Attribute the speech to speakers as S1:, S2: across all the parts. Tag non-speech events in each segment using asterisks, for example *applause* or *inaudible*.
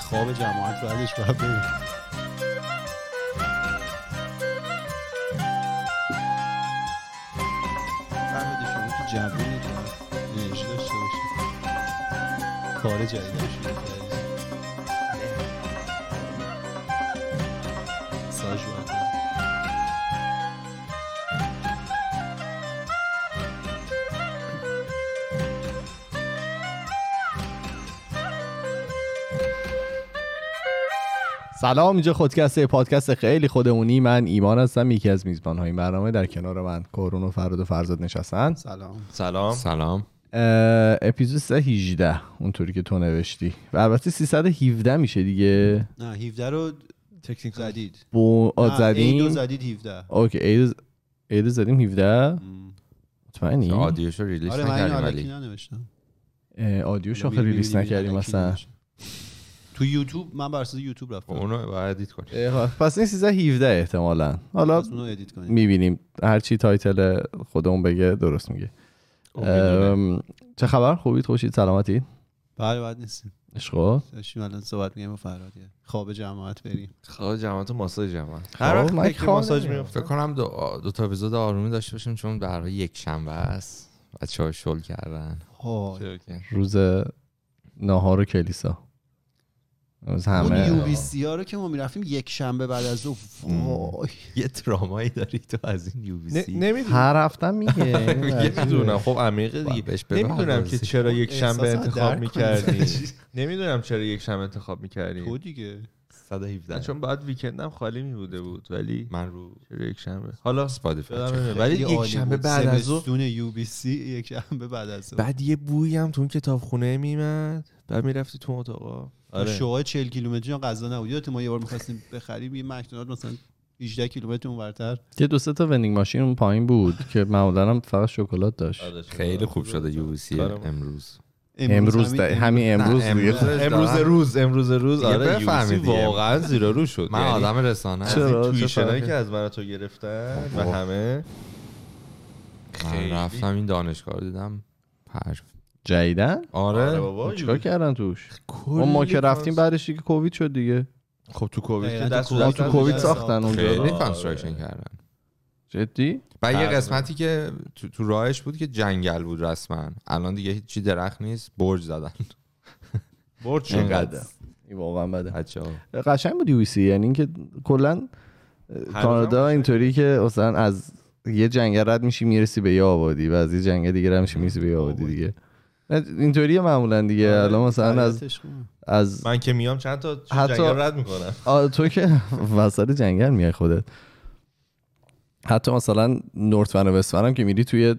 S1: خواب جماعت بعدش باید بریم فهمیدی شما تو جوونی که انرژی داشته باشی کار جدید رو شروع کردی ساج باید بریم.
S2: سلام اینجا خودکسته پادکست خیلی خودمونی من ایمان هستم یکی از میزبان این برنامه در کنار من کارون و فراد و فرزاد نشستن
S1: سلام
S3: سلام
S4: سلام
S2: اه، اپیزود 318 اونطوری که تو نوشتی و البته 317 میشه دیگه
S1: نه 17 رو تکنیک زدید
S2: با آ،
S1: نه، عیدو
S2: زدیم
S1: زدید 17
S2: اوکی ایدو, ایدو زدیم 17
S1: م.
S2: مطمئنی
S4: آدیوشو ریلیز
S1: آره من اینو
S4: نکردیم
S1: علکی
S4: ولی
S1: ننوشتم
S2: اه، آدیوش
S1: حالا
S2: آخه
S1: می-
S2: ریلیس
S1: می‌بینی
S2: نکردیم
S1: علکی
S2: مثلا
S1: نوشتم. تو یوتیوب من بر اساس یوتیوب رفتم
S4: خب اونو باید ادیت کنی
S2: اه، خب، پس این 1317 احتمالا حالا
S1: پس اونو ادیت کنید
S2: میبینیم هرچی تایتل خودمون بگه درست میگه ام، چه خبر خوبید خوشید سلامتی
S1: بله بعد نیستیم
S2: عشقا
S1: داشتیم الان صحبت میگیم و فرادیه خواب جماعت بریم
S4: خب جماعت و ماساژ جماعت
S2: خب،
S4: هر وقت
S2: من
S4: فکر
S2: کار
S4: ماساژ
S2: ندارم.
S4: میفته فکر کنم دو, دو تا اپیزود آرومی داشته باشیم چون در حال یک شنبه است بچه ها شل کردن
S1: های.
S2: روز ناهار و کلیسا روز
S1: اون یو
S2: همه
S1: بی سی ها رو که ما میرفتیم یک شنبه بعد از او وای
S4: یه ترامایی داری تو از این یو بی سی
S3: نمیدونم
S2: هر هفتم میگه آره.
S3: میدونم خب عمیقه دیگه
S4: بهش
S3: نمیدونم که چرا یک
S1: احساسات
S3: شنبه
S1: درک
S3: انتخاب
S1: کنی.
S3: میکردی نمیدونم چرا یک شنبه انتخاب
S1: تو
S3: میکردی
S1: خب دیگه
S4: 117
S3: چون بعد ویکندم خالی میبوده بود ولی
S4: من رو
S3: چرا یک شنبه حالا یادم
S4: سپادیفای
S3: نمیاد. ولی
S1: خیلی
S3: یک
S1: عالی
S3: شنبه
S1: بود.
S3: بعد از او
S1: زمستون یو بی سی یک شنبه بعد از او
S3: بعد یه بویی هم تو اون کتابخونه میمد بعد میرفتی تو اون اتاقا آره
S1: شوهای 40 کیلومتری هم غذا نبود یادت ما یه بار می‌خواستیم بخریم یه مکدونالد مثلا 18 کیلومتر اونورتر
S2: یه دو سه تا وندینگ ماشین اون پایین بود که معمولا هم فقط شکلات داشت
S3: آره.
S4: خیلی خوب شده یو بی سی
S3: کارم.
S4: امروز
S2: امروز
S1: همین
S2: ده- همین امروز
S4: نه،
S2: دیگه
S4: امروز.
S2: خود-
S3: امروز روز امروز روز
S4: دیگه
S3: آره
S4: بفهمی
S3: یوسی
S4: دیگه. *laughs*
S3: واقعا زیرا رو شد
S4: من
S3: یعنی
S4: آدم رسانه
S3: از
S4: هستم.
S3: این
S2: چرا؟ چه
S3: تویشنایی
S2: فرقی؟
S3: که از من و تو گرفتن و
S4: آه.
S3: همه
S4: من رفتم این دانشگاه رو دیدم پر
S2: جدیدن
S3: آره
S4: آره
S3: بابا
S2: چیکار
S3: یوسی.
S2: کردن توش
S3: کلی
S2: اون ما که رفتیم
S3: کانس-
S2: بعدش دیگه کووید شد دیگه
S3: خب تو کووید که
S1: دقیقاً
S3: دست
S1: یعنی تو
S2: ما
S3: دست
S2: تو
S1: دست
S2: کووید
S1: دست
S2: ساختن اونجا
S4: خیلی
S2: رو.
S3: آره.
S4: کانستراکشن کردن
S2: جدی
S4: و یه
S3: تقریبا.
S4: قسمتی که تو, تو راهش بود که جنگل بود رسما الان دیگه هیچی درخت نیست برج زدن
S3: برد
S4: اینقدر
S2: این واقعا بده
S4: بچه ها
S2: قشنگ بود یویسی یعنی اینکه کلا
S3: هم
S2: کانادا اینطوری که مثلا از یه جنگل رد میشی میرسی به یه آبادی و از یه جنگل دیگه رد میشی میرسی به یه آبادی آره.
S1: آبادی.
S2: دیگه نه، اینطوریه معمولا دیگه الان مثلا از
S1: فعالیتش آره. خوبه.
S2: از
S3: من که میام چند تا
S2: حتی-
S3: جنگل رد میکنم
S2: آه، تو که وسط جنگل میای خودت حتی مثلا نورت و وستون هم که میری توی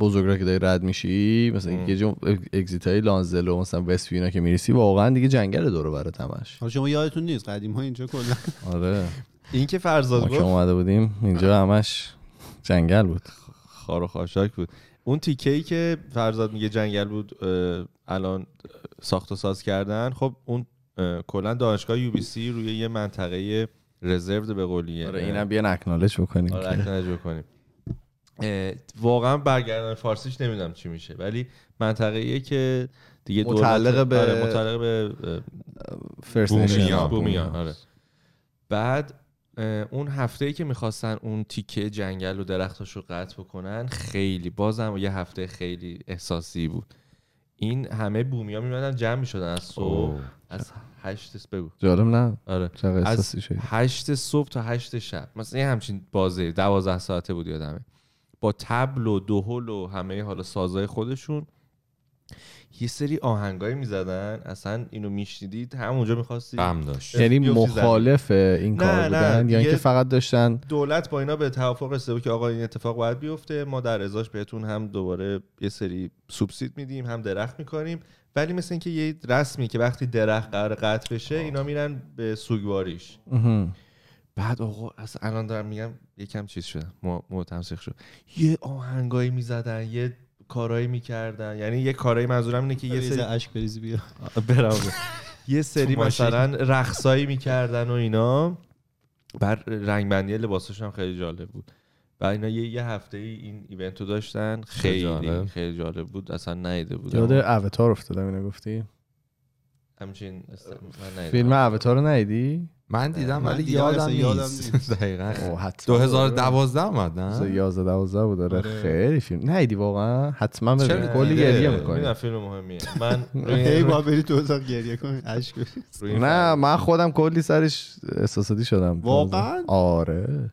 S2: بزرگ را که داری رد میشی مثلا یه جون اگزیت های لانزل و مثلا وست وینا که میریسی واقعا دیگه جنگل دور و برات همش
S1: حالا شما یادتون نیست قدیم ها اینجا کلا
S2: آره
S3: این که
S2: ما
S3: فرزاد
S2: که
S3: گفت
S2: اومده بودیم اینجا همش جنگل بود
S3: خار و خاشاک بود اون تیکه ای که فرزاد میگه جنگل بود اه، الان ساخت و ساز کردن خب اون اه، کلا دانشگاه یو بی سی روی یه منطقه رزرو به قولیه
S2: آره اینم بیان اکنالج بکنیم
S3: آره
S2: که
S3: تجربه کنیم اه، واقعا برگردن فارسیش نمیدونم چی میشه ولی منطقه ایه که دیگه دولت-
S2: متعلق به-
S3: آره، متعلق به اه،
S2: فرست
S3: بومیان
S2: نیشن.
S3: بومیان آره بعد اه، اون هفته ای که میخواستن اون تیکه جنگل و درختاش رو قطع بکنن خیلی بازم یه هفته خیلی احساسی بود این همه بومیا میمدن جمع میشدن از صبح
S4: اوه.
S3: از هشت صبح- بگو
S2: جالب نه
S3: آره
S2: چقدر
S3: از
S2: احساسی شد
S3: هشت صبح تا هشت شب مثلا یه همچین بازه دوازده ساعته بود یادمه با تبل و دهل و همه حالا سازای خودشون یه سری آهنگایی میزدن اصلا اینو میشنیدید همونجا میخواستید
S4: غم داشت
S2: یعنی
S3: بیفتی زمین.
S2: مخالف این
S3: نه،
S2: کار
S3: نه،
S2: بودن یا
S3: دیگه-
S2: اینکه فقط داشتن
S3: دولت با اینا به توافق رسیده بود که آقا این اتفاق باید بیفته ما در ازاش بهتون هم دوباره یه سری سوبسید میدیم هم درخت میکنیم ولی مثل اینکه یه رسمی که وقتی درخت قرار قطع بشه اینا میرن به سوگواریش
S2: مهم.
S3: بعد آقا از الان دارم میگم یکم چیز شدم معتمسخ شد یه آهنگایی میزدن یه کارایی میکردن یعنی یه کارایی منظورم اینه که یه
S1: یه
S3: سری
S1: اشک بریزی بیا
S3: برم یه سری
S4: تو ماشین.
S3: مثلا رقصایی میکردن و اینا بر رنگ بندی لباسش هم خیلی جالب بود و اینا یه, یه هفته ای این ایونت رو داشتن خیلی
S4: جالب.
S3: خیلی جالب بود اصلا نیده بود
S2: یاد اوتار افتادم اینو گفتی
S3: همچین است- من ندیدم.
S2: فیلم اوتا رو ندیدی؟
S4: من دیدم
S1: من
S4: ولی
S1: دیدم،
S4: یادم
S1: اصلا یادم
S4: نیست
S1: نیست.
S4: دقیقا
S2: اوه، حتما
S4: 2012 اومد نه
S2: 11 12 بود آره
S1: آره.
S2: خیلی فیلم ندیدی واقعا حتما ببین
S4: چرا
S2: کلی
S4: دیده؟
S2: گریه
S3: می‌دونم
S2: میکنی
S3: فیلم مهمیه
S2: *laughs*
S3: من
S1: هی
S3: روی
S1: باید بری تو اتاق گریه کنی اشک بریزی.
S3: روی این
S2: نه
S3: فیلم-
S2: من خودم کلی سرش احساساتی شدم
S1: واقعاً؟
S2: آره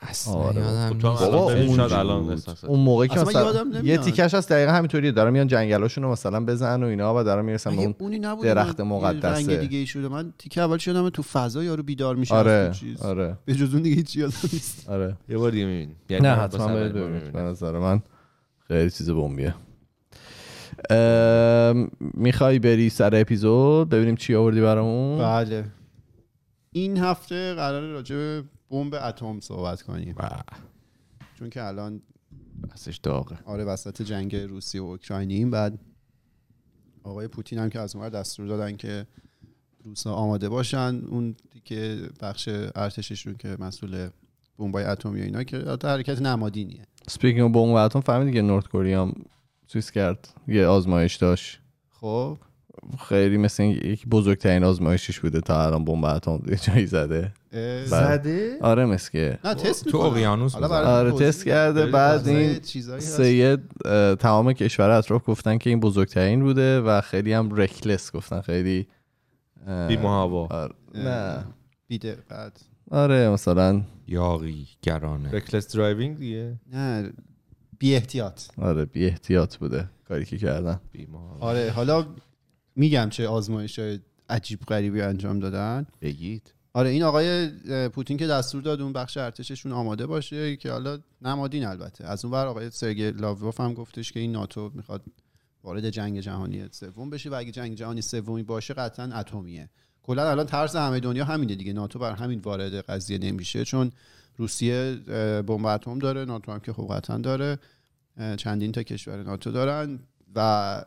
S4: اصلا
S2: آره.
S4: یادم
S3: تو
S4: نیست.
S3: هم الان
S2: بابا،
S3: ببین،
S2: اون
S3: شاید
S2: جور.
S3: الان احساس-
S2: اون موقع که
S1: اصلا
S2: مثلا
S1: یادم
S2: یه
S1: نمیاد.
S2: تیکش هست دقیقا همینطوریه دارم میان جنگلاشون رو مثلا بزن و اینا و دارم میرسم به
S1: اگه
S2: اون
S1: اونی نبود
S2: درخت
S1: من یه
S2: مقدسه.
S1: رنگ دیگه ای شده من تیکه اول شدم تو فضا یارو بیدار میشه
S2: آره
S1: از تو چیز.
S2: آره
S1: به جز اون دیگه هیچ یادم نیست
S2: آره
S3: یه بار دیگه می‌بینی. یعنی
S2: نه
S3: من
S2: حتما
S3: واسه
S2: برید
S3: اولین بار
S2: ببینید به
S3: می‌بینم.
S2: نظر من خیلی چیز بمبیه میخوای بری سر اپیزود ببینیم چی آوردی برامون
S1: بله این هفته قرار راجع به بمب اتم صحبت کنیم چون که الان
S4: بحثش داغه
S1: آره وسط جنگ روسیه و اوکراینیم بعد آقای پوتین هم که از اونور دستور دادن که روسا آماده باشن اون که بخش ارتششون که مسئول بمبای اتمی و اینا که البته حرکت نمادینیه
S2: سپیکینگ بمب اتم فهمیدی که نورد کره هم چیز کرد یه آزمایش داشت
S1: خب
S2: خیلی مثل این- یکی بزرگترین آزمایشش بوده تا الان بمب اتم یه جایی زده
S1: اه،
S2: زده آره مسکه
S1: نه تست
S4: تو
S1: می‌کنن.
S4: اقیانوس
S1: حالا
S4: می‌زنن.
S1: برای
S2: آره
S1: توضیح
S2: تست کرده
S1: بدم.
S2: بعد
S1: چیزای-
S2: این
S1: چیزایی هست.
S2: سید اه، تمام کشور اطراف گفتن که این بزرگترین بوده و خیلی هم رکلس گفتن خیلی اه،
S3: بی محابا
S2: آره.
S1: اه.
S2: نه
S1: بی‌دقت.
S2: آره مثلا
S4: یاقی گرانه
S3: رکلس درایوینگ دیگه
S1: نه بی احتیاط
S2: آره بی احتیاط بوده کاری که کردن
S3: بی محابا
S1: آره حالا میگم چه آزمایش عجیب غریبی انجام دادن
S4: بگید
S1: آره این آقای اه، پوتین که دستور داد اون بخش ارتششون آماده باشه که حالا نمادین البته از اون ور آقای سرگی لاوروف هم گفتش که این ناتو میخواد وارد جنگ جهانی سوم بشه و اگه جنگ جهانی سومی باشه قطعا اتمیه کلا الان ترس همه دنیا همینه دیگه ناتو بر همین وارد قضیه نمیشه چون روسیه اه، بمب اتم داره ناتو هم که خب قطعاً داره اه، چندین تا کشور ناتو دارن و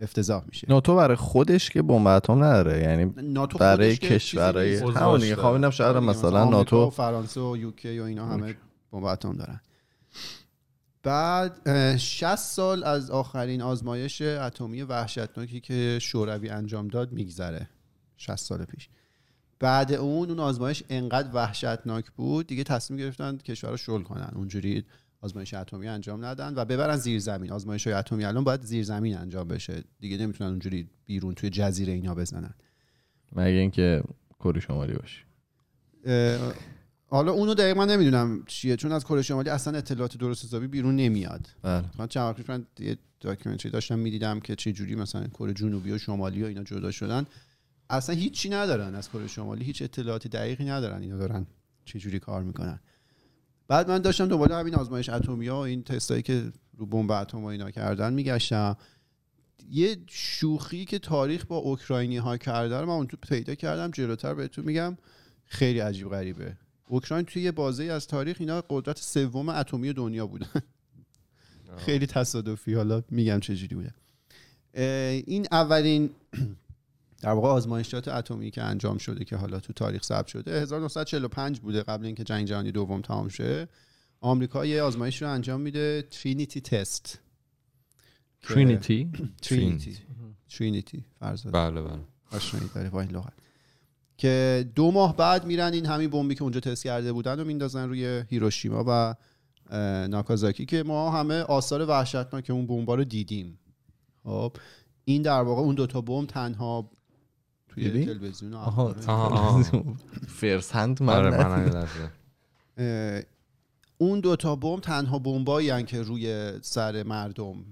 S1: افتضاح میشه
S2: ناتو برای خودش که بمب اتم نداره یعنی
S1: ناتو
S2: برای
S1: خودش که چیزی
S2: کشورهای
S1: نیست.
S2: همون دیگه خب اینم شاید
S1: آره دیگه،
S2: مثلا
S1: آمریکا و
S2: ناتو
S1: فرانسه و یوکی و اینا همه
S2: اوکی.
S1: بمب اتم دارن بعد اه، 60 سال از آخرین آزمایش اتمی وحشتناکی که شوروی انجام داد میگذره 60 سال پیش بعد اون اون آزمایش انقدر وحشتناک بود دیگه تصمیم گرفتن کشور رو شل کنن اونجوری آزمایش اتمی انجام ندن و ببرن زیر زمین آزمایش های اتمی الان باید زیر زمین انجام بشه دیگه نمیتونن اونجوری بیرون توی جزیره اینا بزنن
S2: مگه اینکه کره شمالی باشه
S1: اه، حالا اونو دقیقا من نمیدونم چیه چون از کره شمالی اصلا اطلاعات درست حسابی بیرون نمیاد
S2: بله
S1: من چند وقت پیش من یه داکیومنتری داشتم میدیدم که چه جوری مثلا کره جنوبی و شمالی و اینا جدا شدن اصلا هیچی ندارن از کره شمالی هیچ اطلاعات دقیقی ندارن اینا دارن چه جوری کار میکنن بعد من داشتم دنبال همین آزمایش اتمیا و این تستایی که رو بمب اتم و اینا کردن میگشتم یه شوخی که تاریخ با اوکراینی ها کرده رو من اون تو پیدا کردم جلوتر بهتون میگم خیلی عجیب غریبه اوکراین توی یه بازه از تاریخ اینا قدرت سوم اتمی دنیا بودن خیلی تصادفی حالا میگم چجوری بوده اه، این اولین *clears throat* در واقع آزمایشات اتمی که انجام شده که حالا تو تاریخ ثبت شده 1945 بوده قبل اینکه جنگ جهانی دوم تمام شه آمریکا یه آزمایش رو انجام میده ترینیتی تست
S2: ترینیتی
S1: ترینیتی ترینیتی فرض
S4: بله بله
S1: آشنایی داره با این لغت که دو ماه بعد میرن این همین بمبی که اونجا تست کرده بودن رو میندازن روی هیروشیما و اه، ناکازاکی که ما همه آثار وحشتناک اون بمبا رو دیدیم خب این در واقع اون دوتا بمب تنها توی
S2: دیدی؟
S1: تلویزیون و
S2: آها
S1: اخبار.
S4: آها، آها.
S2: فرسند من
S4: آره
S2: نه.
S4: من هم لحظه.
S1: اه، اون دوتا بمب تنها بمبایی که روی سر مردم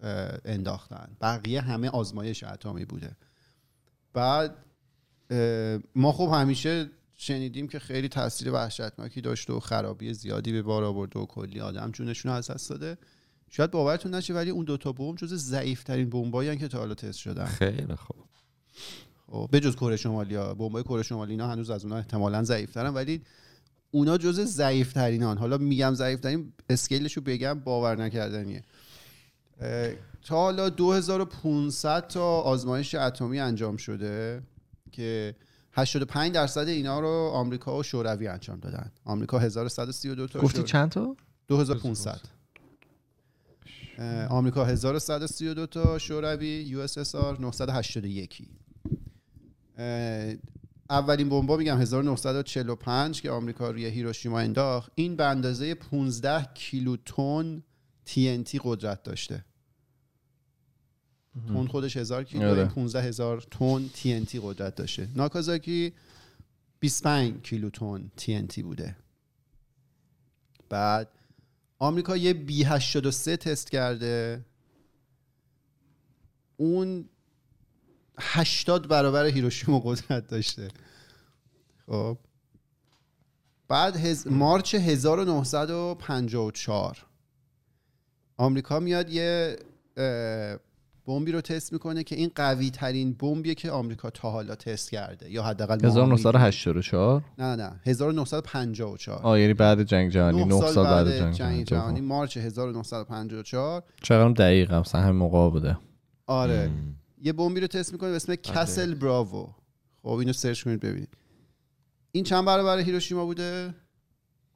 S1: اه، انداختن بقیه همه آزمایش اتمی بوده بعد اه، ما خب همیشه شنیدیم که خیلی تاثیر وحشتناکی داشته و خرابی زیادی به بار آورده و کلی آدم جونشون رو از دست داده شاید باورتون نشه ولی اون دوتا بمب جز ضعیفترین بمبایی که تا حالا تست شدن
S4: خیلی خوب
S1: خب، به جز کره شمالی ها بمبای کره شمالی اینا هنوز از اونها احتمالا ضعیف ولی اونا جزء ضعیف ترینان حالا میگم ضعیف ترین اسکیلش رو بگم باور نکردنیه اه، تا حالا 2500 تا آزمایش اتمی انجام شده که 85 درصد اینا رو آمریکا و شوروی انجام دادن آمریکا 1132 تا
S2: گفتی
S1: شوروی-
S2: چند تا
S1: 2500 اه، آمریکا 1132 تا شوروی یو اس اس آر 981 اه، اولین بمب میگم 1945 که آمریکا روی هیروشیما انداخت این به اندازه 15 کیلوتن TNT قدرت داشته تون خودش 1000
S2: آره.
S1: کیلو 15000 تن TNT قدرت داشته ناکازاکی 25 کیلوتن TNT بوده بعد آمریکا یه بی 83 تست کرده اون 80 برابر هیروشیما قدرت داشته خب بعد هز... مارچ 1954 آمریکا میاد یه اه، بمبی رو تست میکنه که این قوی ترین بمبیه که آمریکا تا حالا تست کرده یا حداقل ما می‌دونیم.
S2: 1984
S1: نه نه 1954
S2: آه یعنی بعد جنگ جهانی 9 سال, بعد جنگ,
S1: جهانی
S2: جهانی
S1: یعنی مارچ 1954
S2: چقدر دقیق هم سهم موقع بوده
S1: آره یه بمبی رو تست میکنه به
S3: آره.
S1: اسم کسل براوو خب اینو سرچ کنید ببینید این چند برابر هیروشیما بوده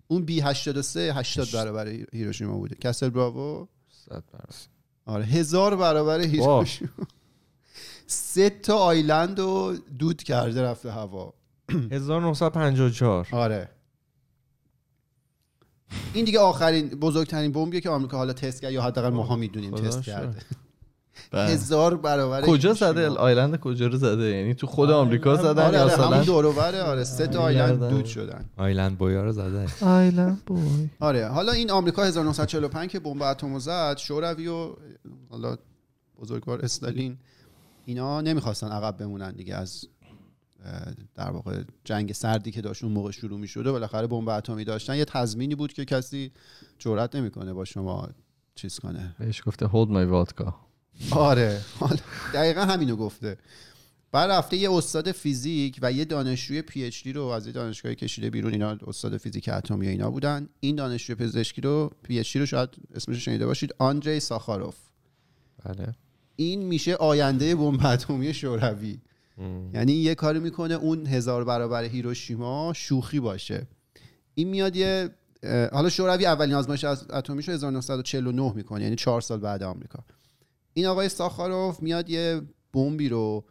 S1: اون بی 83 80 برابر هیروشیما بوده کسل براوو
S3: صد برابر.
S1: آره هزار برابر
S3: واه.
S1: هیروشیما سه تا آیلند رو دود کرده رفته هوا
S3: 1954
S1: آره این دیگه آخرین بزرگترین بمبیه که آمریکا حالا تست کرد یا حداقل ماها میدونیم
S3: خدا
S1: تست
S3: شکر. بله.
S1: کرده هزار برابر
S2: بله. کجا زده
S1: هیروشیما.
S2: آیلند کجا رو زده یعنی تو خود آمریکا زدن
S1: آره
S2: یا
S1: آره همین
S2: مثلا
S1: دور و بره، آره سه تا آیلند دود شدن
S4: آیلند بویا رو زده
S2: آیلند بوی
S1: آره حالا این آمریکا 1945 که بمب اتمو زد شوروی و حالا بزرگوار استالین اینا نمیخواستن عقب بمونن دیگه از اه، در واقع جنگ سردی که داشت اون موقع شروع میشد و بالاخره بمب اتمی داشتن یه تضمینی بود که کسی جرئت نمیکنه با شما چیز کنه
S2: بهش گفته hold my vodka
S1: آره حالا دقیقا همینو گفته بعد رفته یه استاد فیزیک و یه دانشجوی پی اچ دی رو از یه دانشگاهی کشیده بیرون اینا استاد فیزیک اتمی و اینا بودن این دانشجوی پزشکی رو پی اچ دی رو شاید اسمش رو شنیده باشید آندری ساخاروف
S3: بله
S1: این میشه آینده بمب اتمی شوروی یعنی یه کاری میکنه اون هزار برابر هیروشیما شوخی باشه این میاد یه اه، حالا شوروی اولین آزمایش از اتمیش رو 1949 میکنه یعنی چهار سال بعد آمریکا این آقای ساخاروف میاد یه بمبی رو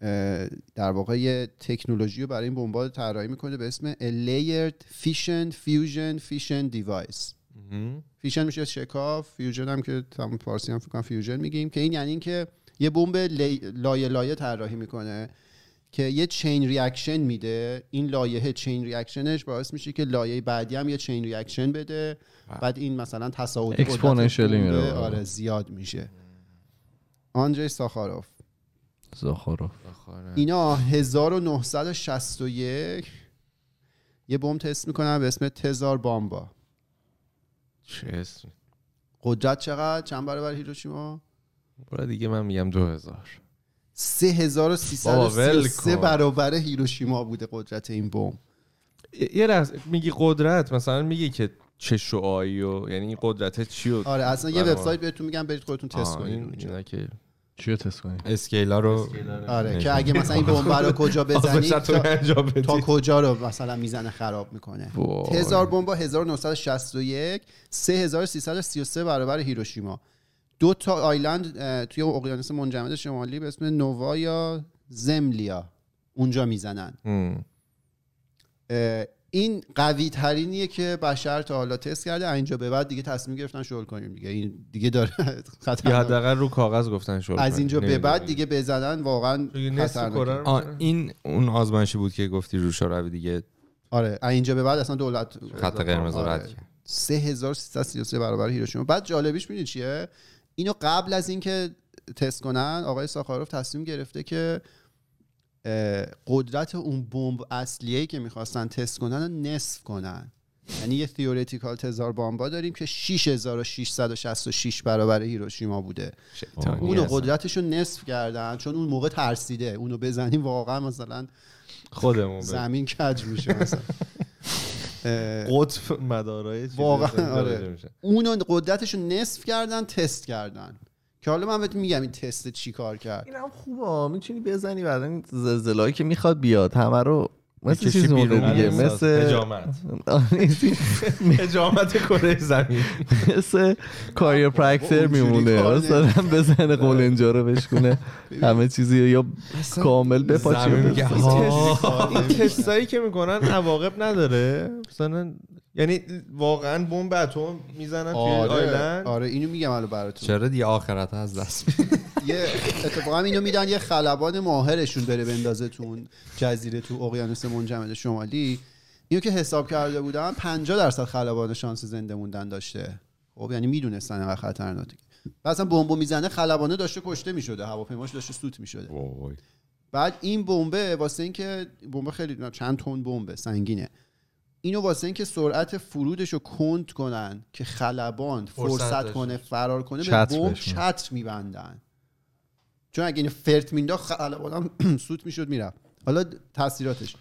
S1: اه، در واقع یه تکنولوژی رو برای این بمبا طراحی میکنه به اسم A Layered Fission Fusion Fission Device فیشن میشه شکاف فیوژن هم که تمام فارسی هم فکر کنم فیوژن میگیم که این یعنی اینکه یه بمب لی- لایه لایه طراحی میکنه که یه چین ریاکشن میده این لایه چین ریاکشنش باعث میشه که لایه بعدی هم یه چین ریاکشن بده بعد این مثلا تساوت قدرت
S2: بله. Exponentially
S1: بمب،
S2: میره.
S1: آره زیاد میشه آنجی ساخاروف
S2: زاخاروف
S1: اینا 1961 یه بمب تست میکنن به اسم تزار بامبا
S3: چه اسمی
S1: قدرت چقدر چند برابر هیروشیما
S3: برو دیگه من میگم 2000
S1: 3333
S3: بابا ول کن.
S1: برابر هیروشیما بوده قدرت این بمب
S3: یه لحظه میگی قدرت مثلا میگی که چه شعایی و یعنی این قدرت چی و
S1: آره اصلا یه
S3: برابر.
S1: وبسایت بهتون میگم برید خودتون تست
S3: آه،
S1: کنید
S3: این-
S1: اونجا.
S3: اینا که
S2: چیو تست کنی
S4: اسکیلا رو
S1: آره که اگه مثلا این بمب رو
S3: *laughs*
S1: کجا بزنید
S3: آزمایشات رو
S1: تا,
S3: انجام بدی.
S1: تا کجا رو مثلا میزنه خراب میکنه
S3: وای.
S1: هزار بمب با 1961 3333 برابر هیروشیما دو تا آیلند اه، توی اقیانوس منجمد شمالی به اسم نووا یا زملیا اونجا میزنن
S3: مم.
S1: اه، این قوی ترینیه که بشر تا حالا تست کرده از اینجا به بعد دیگه تصمیم گرفتن شغل کنیم دیگه این دیگه داره *laughs*
S3: یا
S1: خطرناک
S3: حداقل رو کاغذ گفتن شروع
S1: از اینجا به بعد دیگه بزنن واقعا خطرناکه.
S4: آه، این اون آزمایشی بود که گفتی رو شوروی دیگه
S1: آره از اینجا به بعد اصلا دولت
S4: خط قرمز رو
S1: آره.
S4: رد کرد
S1: 3333 برابر هیروشیما بعد جالبیش میدونی چیه اینو قبل از اینکه تست کنن آقای ساخاروف تصمیم گرفته که اه، قدرت اون بمب اصلیه که میخواستن تست کنن رو نصف کنن یعنی یه تیوریتیکال تزار بامبا داریم که 6666 برابر هیروشیما بوده اونو قدرتش رو نصف کردن چون اون موقع ترسیده اونو بزنیم واقعا مثلا
S3: خودمون
S4: بله.
S3: بدیم.
S1: زمین کج میشه مثلا اه،
S3: قطب مدارای چیز
S1: واقعاً،
S3: زمین
S1: آره.
S3: درجه میشه.
S1: اونو قدرتش رو نصف کردن تست کردن که حالا من بهت میگم این تست چی کار کرد
S2: این هم خوبه میتونی بزنی بعدا این زلزله‌ای که میخواد بیاد همه رو مثل چیز موقع
S1: آره.
S2: دیگه مثل
S3: هجامت *laughs*
S4: کره زمین
S2: مثل
S1: *laughs*
S2: کاریر پرکتر
S1: اونجوری
S2: میمونه
S1: کار بله.
S2: مثلا بزنه قولنجا رو بشکنه همه چیزی رو یا کامل
S4: زمین
S2: بپاچه
S4: میگه
S3: این
S4: آه.
S3: تست- این تستایی که میکنن عواقب نداره مثلا یعنی واقعا بمب اتم میزنن توی
S1: آره
S3: آیلند
S1: آره اینو میگم الان براتون
S4: چرا دیگه آخرت از دست می‌دی؟
S1: یه اتفاقا اینو میدن یه خلبان ماهرشون بره بندازه تو اون جزیره تو اقیانوس منجمد شمالی اینو که حساب کرده بودم 50 درصد خلبان شانس زنده موندن داشته خب یعنی میدونستن انقدر خطرناکه و اصلا بمبو میزنه خلبانه داشته کشته میشده هواپیماش داشته سوت میشده بعد این بمبه واسه اینکه بمب خیلی چند تن بمبه سنگینه اینو واسه اینکه سرعت فرودش رو کند کنن که خلبان فرصت,
S4: داشته
S1: کنه فرار کنه به
S2: چتر
S1: بمب
S2: بهشون.
S1: چتر میبندن چون اگه اینو فرت مینداخت خلبان هم *clears throat* سوت میشد میرفت حالا تاثیراتش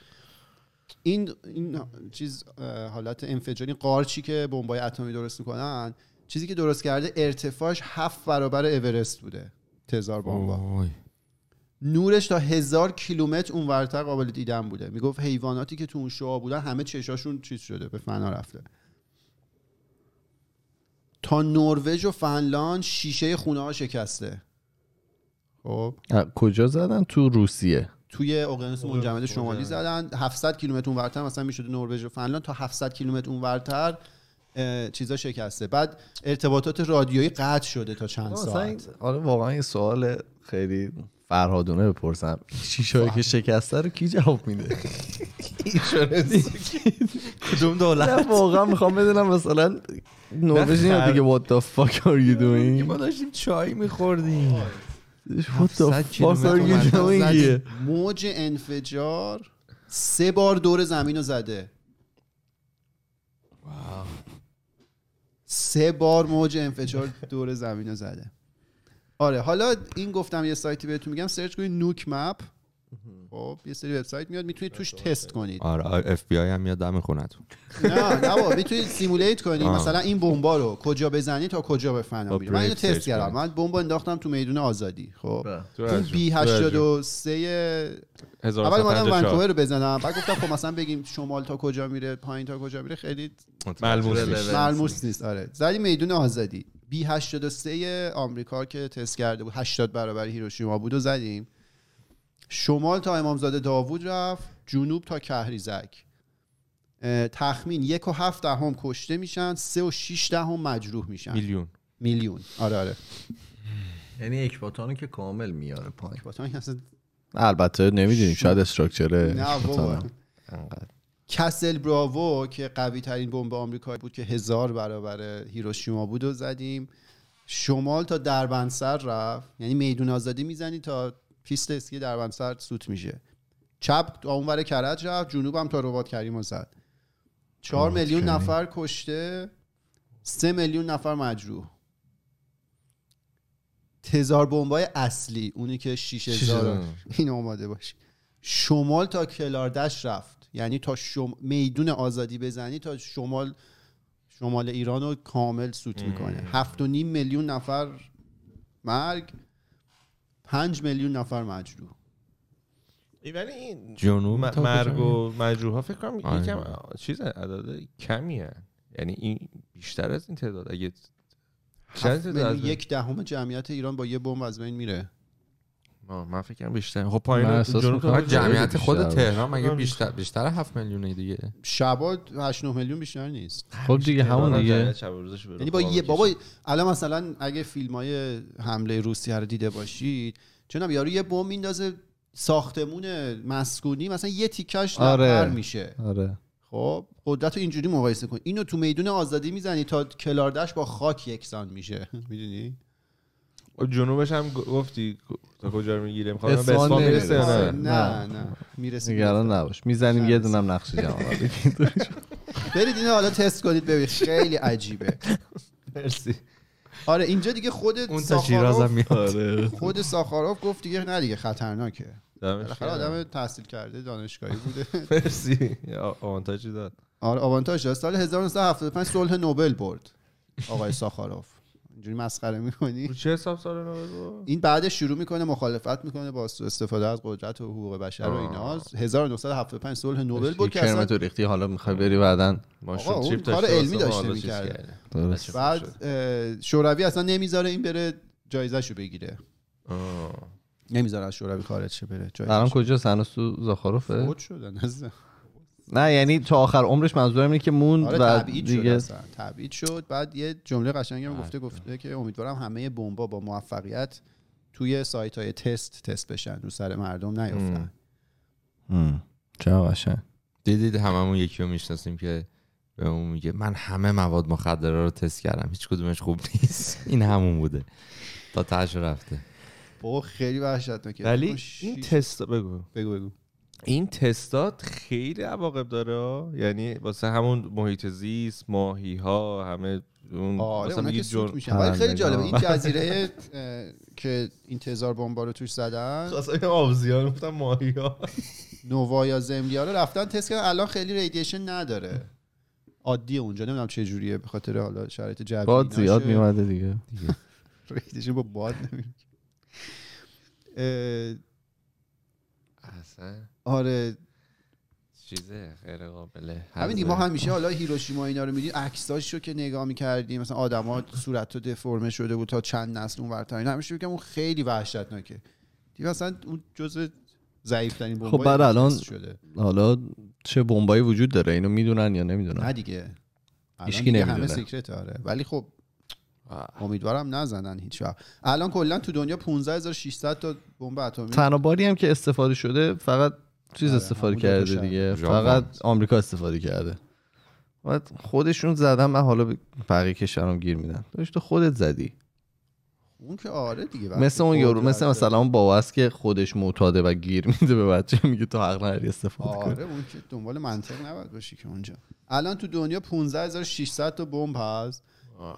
S1: این این چیز اه، حالت انفجاری قارچی که بمبای اتمی درست میکنن چیزی که درست کرده ارتفاعش هفت برابر اورست بوده تزار بمبا
S4: وای.
S1: نورش تا هزار کیلومتر اونورتر قابل دیدن بوده میگفت حیواناتی که تو اون شعاع بودن همه چشاشون چیز شده به فنا رفته تا نروژ و فنلاند شیشه خونه ها شکسته خب
S2: کجا زدن تو روسیه
S1: توی اقیانوس منجمد شمالی زدن 700 کیلومتر اونورتر مثلا میشد نروژ و فنلاند تا 700 کیلومتر اونورتر اه، چیزا شکسته بعد ارتباطات رادیویی قطع شده تا چند
S2: مثلا این-
S1: ساعت
S2: آره واقعا یه سوال خیلی فرهادونه بپرسم شیشایی که شکسته رو کی جواب میده
S4: کدوم دولت
S2: نه واقعا میخوام بدونم مثلا نروژ
S4: نه،
S2: نه
S4: خر-
S2: دیگه what the fuck are you doing
S4: ما داشتیم چای میخوردیم
S2: what the
S4: 700
S2: fuck are you
S4: کیلومتر
S2: doing
S4: اومدن
S2: here؟
S1: موج انفجار سه بار دور زمین رو زده سه بار موج انفجار دور زمین رو زده آره حالا این گفتم یه سایتی بهتون میگم سرچ کنید نوک مپ خب یه سری وبسایت میاد میتونید توش تست کنید
S4: آره اف بی آی هم میاد دم خونتون
S1: نه نه بابا میتونید سیمولیت کنید
S4: آه.
S1: مثلا این بمبا رو کجا بزنی تا کجا به فنا
S4: با
S1: میره من اینو
S4: brave
S1: تست
S4: search
S1: کردم
S4: کنید.
S1: من بمب انداختم تو میدون آزادی خب
S3: تو
S1: اون
S4: بله.
S3: عجب.
S1: بی 83 اول اومدم ونکوور رو بزنم بعد گفتم خب مثلا بگیم شمال تا کجا میره پایین تا کجا میره خیلی
S3: ملموس نیست.
S1: ملموس نیست آره زدی میدون آزادی بی 83 آمریکا که تست کرده بود 80 برابر هیروشیما بود و زدیم شمال تا امامزاده داوود رفت جنوب تا کهریزک اه، تخمین یک و هفت دهم کشته میشن سه و شیش دهم مجروح میشن
S3: میلیون
S1: میلیون آره آره
S2: یعنی اکباتانو که کامل میاره پایین
S1: با تو این اصلا-
S2: البته نمیدونیم شاید استراکچره
S1: نه بابا
S2: اکباتانو.
S1: کسل براوو که قوی ترین بمب آمریکایی بود که هزار برابر هیروشیما بود و زدیم شمال تا دربندسر رفت یعنی میدون آزادی میزنی تا پیست اسکی دربندسر سوت میشه چپ تا اونور کرج رفت جنوب هم تا رباط کریم رو زد چهار میلیون نفر کشته سه میلیون نفر مجروح تزار بمبای اصلی اونی که 6000 *laughs* این آماده باشه شمال تا کلاردش رفت یعنی تا شم... میدون آزادی بزنی تا شمال شمال ایران رو کامل سوت میکنه هفت و نیم میلیون نفر مرگ پنج میلیون نفر مجروح
S3: ای ولی این
S4: جنوب
S3: م-
S4: تا
S3: مرگ
S4: کجا؟
S3: و مجروح ها فکر کنم
S4: آره.
S3: یکم چیز عدد کمیه یعنی این بیشتر از این تعداد اگه چند
S1: هفت
S3: تعداد
S1: میلیون
S3: از-
S1: یک دهم جمعیت ایران با یه بمب از بین میره
S3: آه، من فکرم بیشتر خب
S2: من
S3: پایین
S2: احساس
S3: جنوب
S2: می‌کنم
S3: تا
S2: جمعیت
S4: جمعیت خود
S2: بیشتر
S4: تهران مگه
S3: باشه.
S4: بیشتر بیشتر هفت میلیونه دیگه
S1: شبا 8 9 میلیون بیشتر نیست
S2: خب دیگه همون دیگه
S1: یعنی با یه بابا الان مثلا اگه فیلم های حمله روسیه رو دیده باشید جناب یارو یه بمب میندازه ساختمون مسکونی مثلا یه تیکش
S2: آره.
S1: نفر میشه
S2: آره
S1: خب قدرت رو اینجوری مقایسه کن اینو تو میدون آزادی میزنی تا کلاردش با خاک یکسان میشه *laughs* میدونی
S3: خب، جنوبش هم گ- گفتی تا کجا رو میگیره میخوام به
S2: اصفهان
S3: اسفان
S2: نمی‌رسه.
S3: برسه یا
S1: نه
S3: نه
S1: نه, نه. میرسیم
S2: نگران نباش میزنیم یه دونم نقش جمع
S1: برید اینو حالا تست کنید ببین خیلی عجیبه
S4: *laughs* مرسی
S1: آره اینجا دیگه خود
S4: اون تا شیراز هم
S1: ساخاروف
S4: میاد
S2: *laughs*
S1: خود ساخاروف گفت دیگه نه دیگه خطرناکه
S3: دمش
S1: بالاخره
S3: گرم.
S1: آدم تحصیل کرده دانشگاهی بوده *laughs*
S3: مرسی یه آ- آوانتاژی داد
S1: آره آوانتاژ داشت سال 1975 صلح نوبل برد آقای ساخاروف اینجوری مسخره میکنی
S3: رو چه حساب سال نو بگو
S1: این بعدش شروع میکنه مخالفت میکنه با سوء استفاده از قدرت و حقوق بشر و اینا 1975 صلح نوبل بود که
S2: کرم
S1: اصلا
S2: تو ریختی حالا میخوای بری بعدن
S3: ماشون
S1: آقا، اون
S3: چیپ
S1: کار
S3: داشته
S1: علمی
S3: باشه، ما
S1: داشته
S3: حالا چیز
S1: می‌کرده.
S3: کردیم.
S2: درست
S1: بعد اه، شوروی اصلا نمیذاره این بره جایزهشو بگیره
S3: آه.
S1: نمیذاره از شوروی خارج شه بره
S2: الان
S1: جایزه‌شو.
S2: کجا سنوس تو زاخاروفه
S1: فوت شدن *laughs* عزیزم.
S2: نه یعنی تا آخر عمرش منظورم اینه که موند
S1: آره
S2: و
S1: تبعید شد
S2: دیگه
S1: اصلا تبعید شد بعد یه جمله قشنگی هم گفته گفته که امیدوارم همه بمبا با موفقیت توی سایت های تست تست بشن رو سر مردم نیافتن
S2: هم. چه قشنگ
S4: دیدید هممون یکی رو میشناسیم که به اون میگه من همه مواد مخدره رو تست کردم هیچ کدومش خوب نیست *laughs* این همون بوده تا تهش رفته
S1: بابا خیلی وحشتناکه
S3: ولی
S1: شیش-
S3: این تست بگو
S1: بگو بگو
S3: این تستات خیلی عواقب داره ها. یعنی واسه همون محیط زیست ماهی ها همه اون
S1: آره
S3: مثلا
S1: اونا
S3: میگی
S1: که سوت
S3: جن-
S1: میشن ولی خیلی
S2: پرندگان.
S1: جالبه این جزیره اه، که انتظار بمبا رو توش زدن
S3: خواستم بگم آبزیان گفتم ماهی ها
S1: نووا یا زمبیا رو رفتن تست کردن الان خیلی ریدیشن نداره عادی اونجا نمیدونم چه جوریه به خاطر حالا شرایط جوی
S2: باد
S1: ایناشه.
S2: زیاد میومده دیگه
S1: ریدیشن با باد نمیره اه،
S4: اصلا
S1: آره
S4: چیزه غیر قابل
S1: همین دیگه ما همیشه حالا هیروشیما اینا رو میدیم عکساش رو که نگاه میکردیم مثلا آدما صورت رو دفرمه شده بود تا چند نسل اون ورتر اینا همیشه میگم اون خیلی وحشتناکه دیگه مثلا اون جزء ضعیف ترین بمبای
S2: خب، بعد الان-
S1: تست شده
S2: حالا چه بمبایی وجود داره اینو میدونن یا نمیدونن
S1: نه دیگه الان
S2: هیچکی
S1: دیگه همه
S2: نمی‌دونه.
S1: سیکرت آره ولی خب امیدوارم نزنن هیچ وقت الان کلا تو دنیا 15600 تا بمب اتمی
S2: تنها باری هم که استفاده شده فقط چیز
S1: آره، همون
S2: استفاده
S1: دو
S2: کرده
S1: تا
S2: دیگه
S4: ژاپن.
S2: فقط آمریکا استفاده کرده بعد خودشون زدن من حالا به بقیه کشورام گیر میدن داشت تو خودت زدی
S1: اون که آره دیگه وقتی
S2: مثل اون
S1: خود
S2: یورو
S1: رو
S2: مثل
S1: از-
S2: مثلا اون باباست که خودش معتاده و گیر میده به بچه میگه تو حق نداری استفاده کن
S1: آره اون که دنبال منطق نباید باشی که اونجا الان تو دنیا 15600 تا بمب هست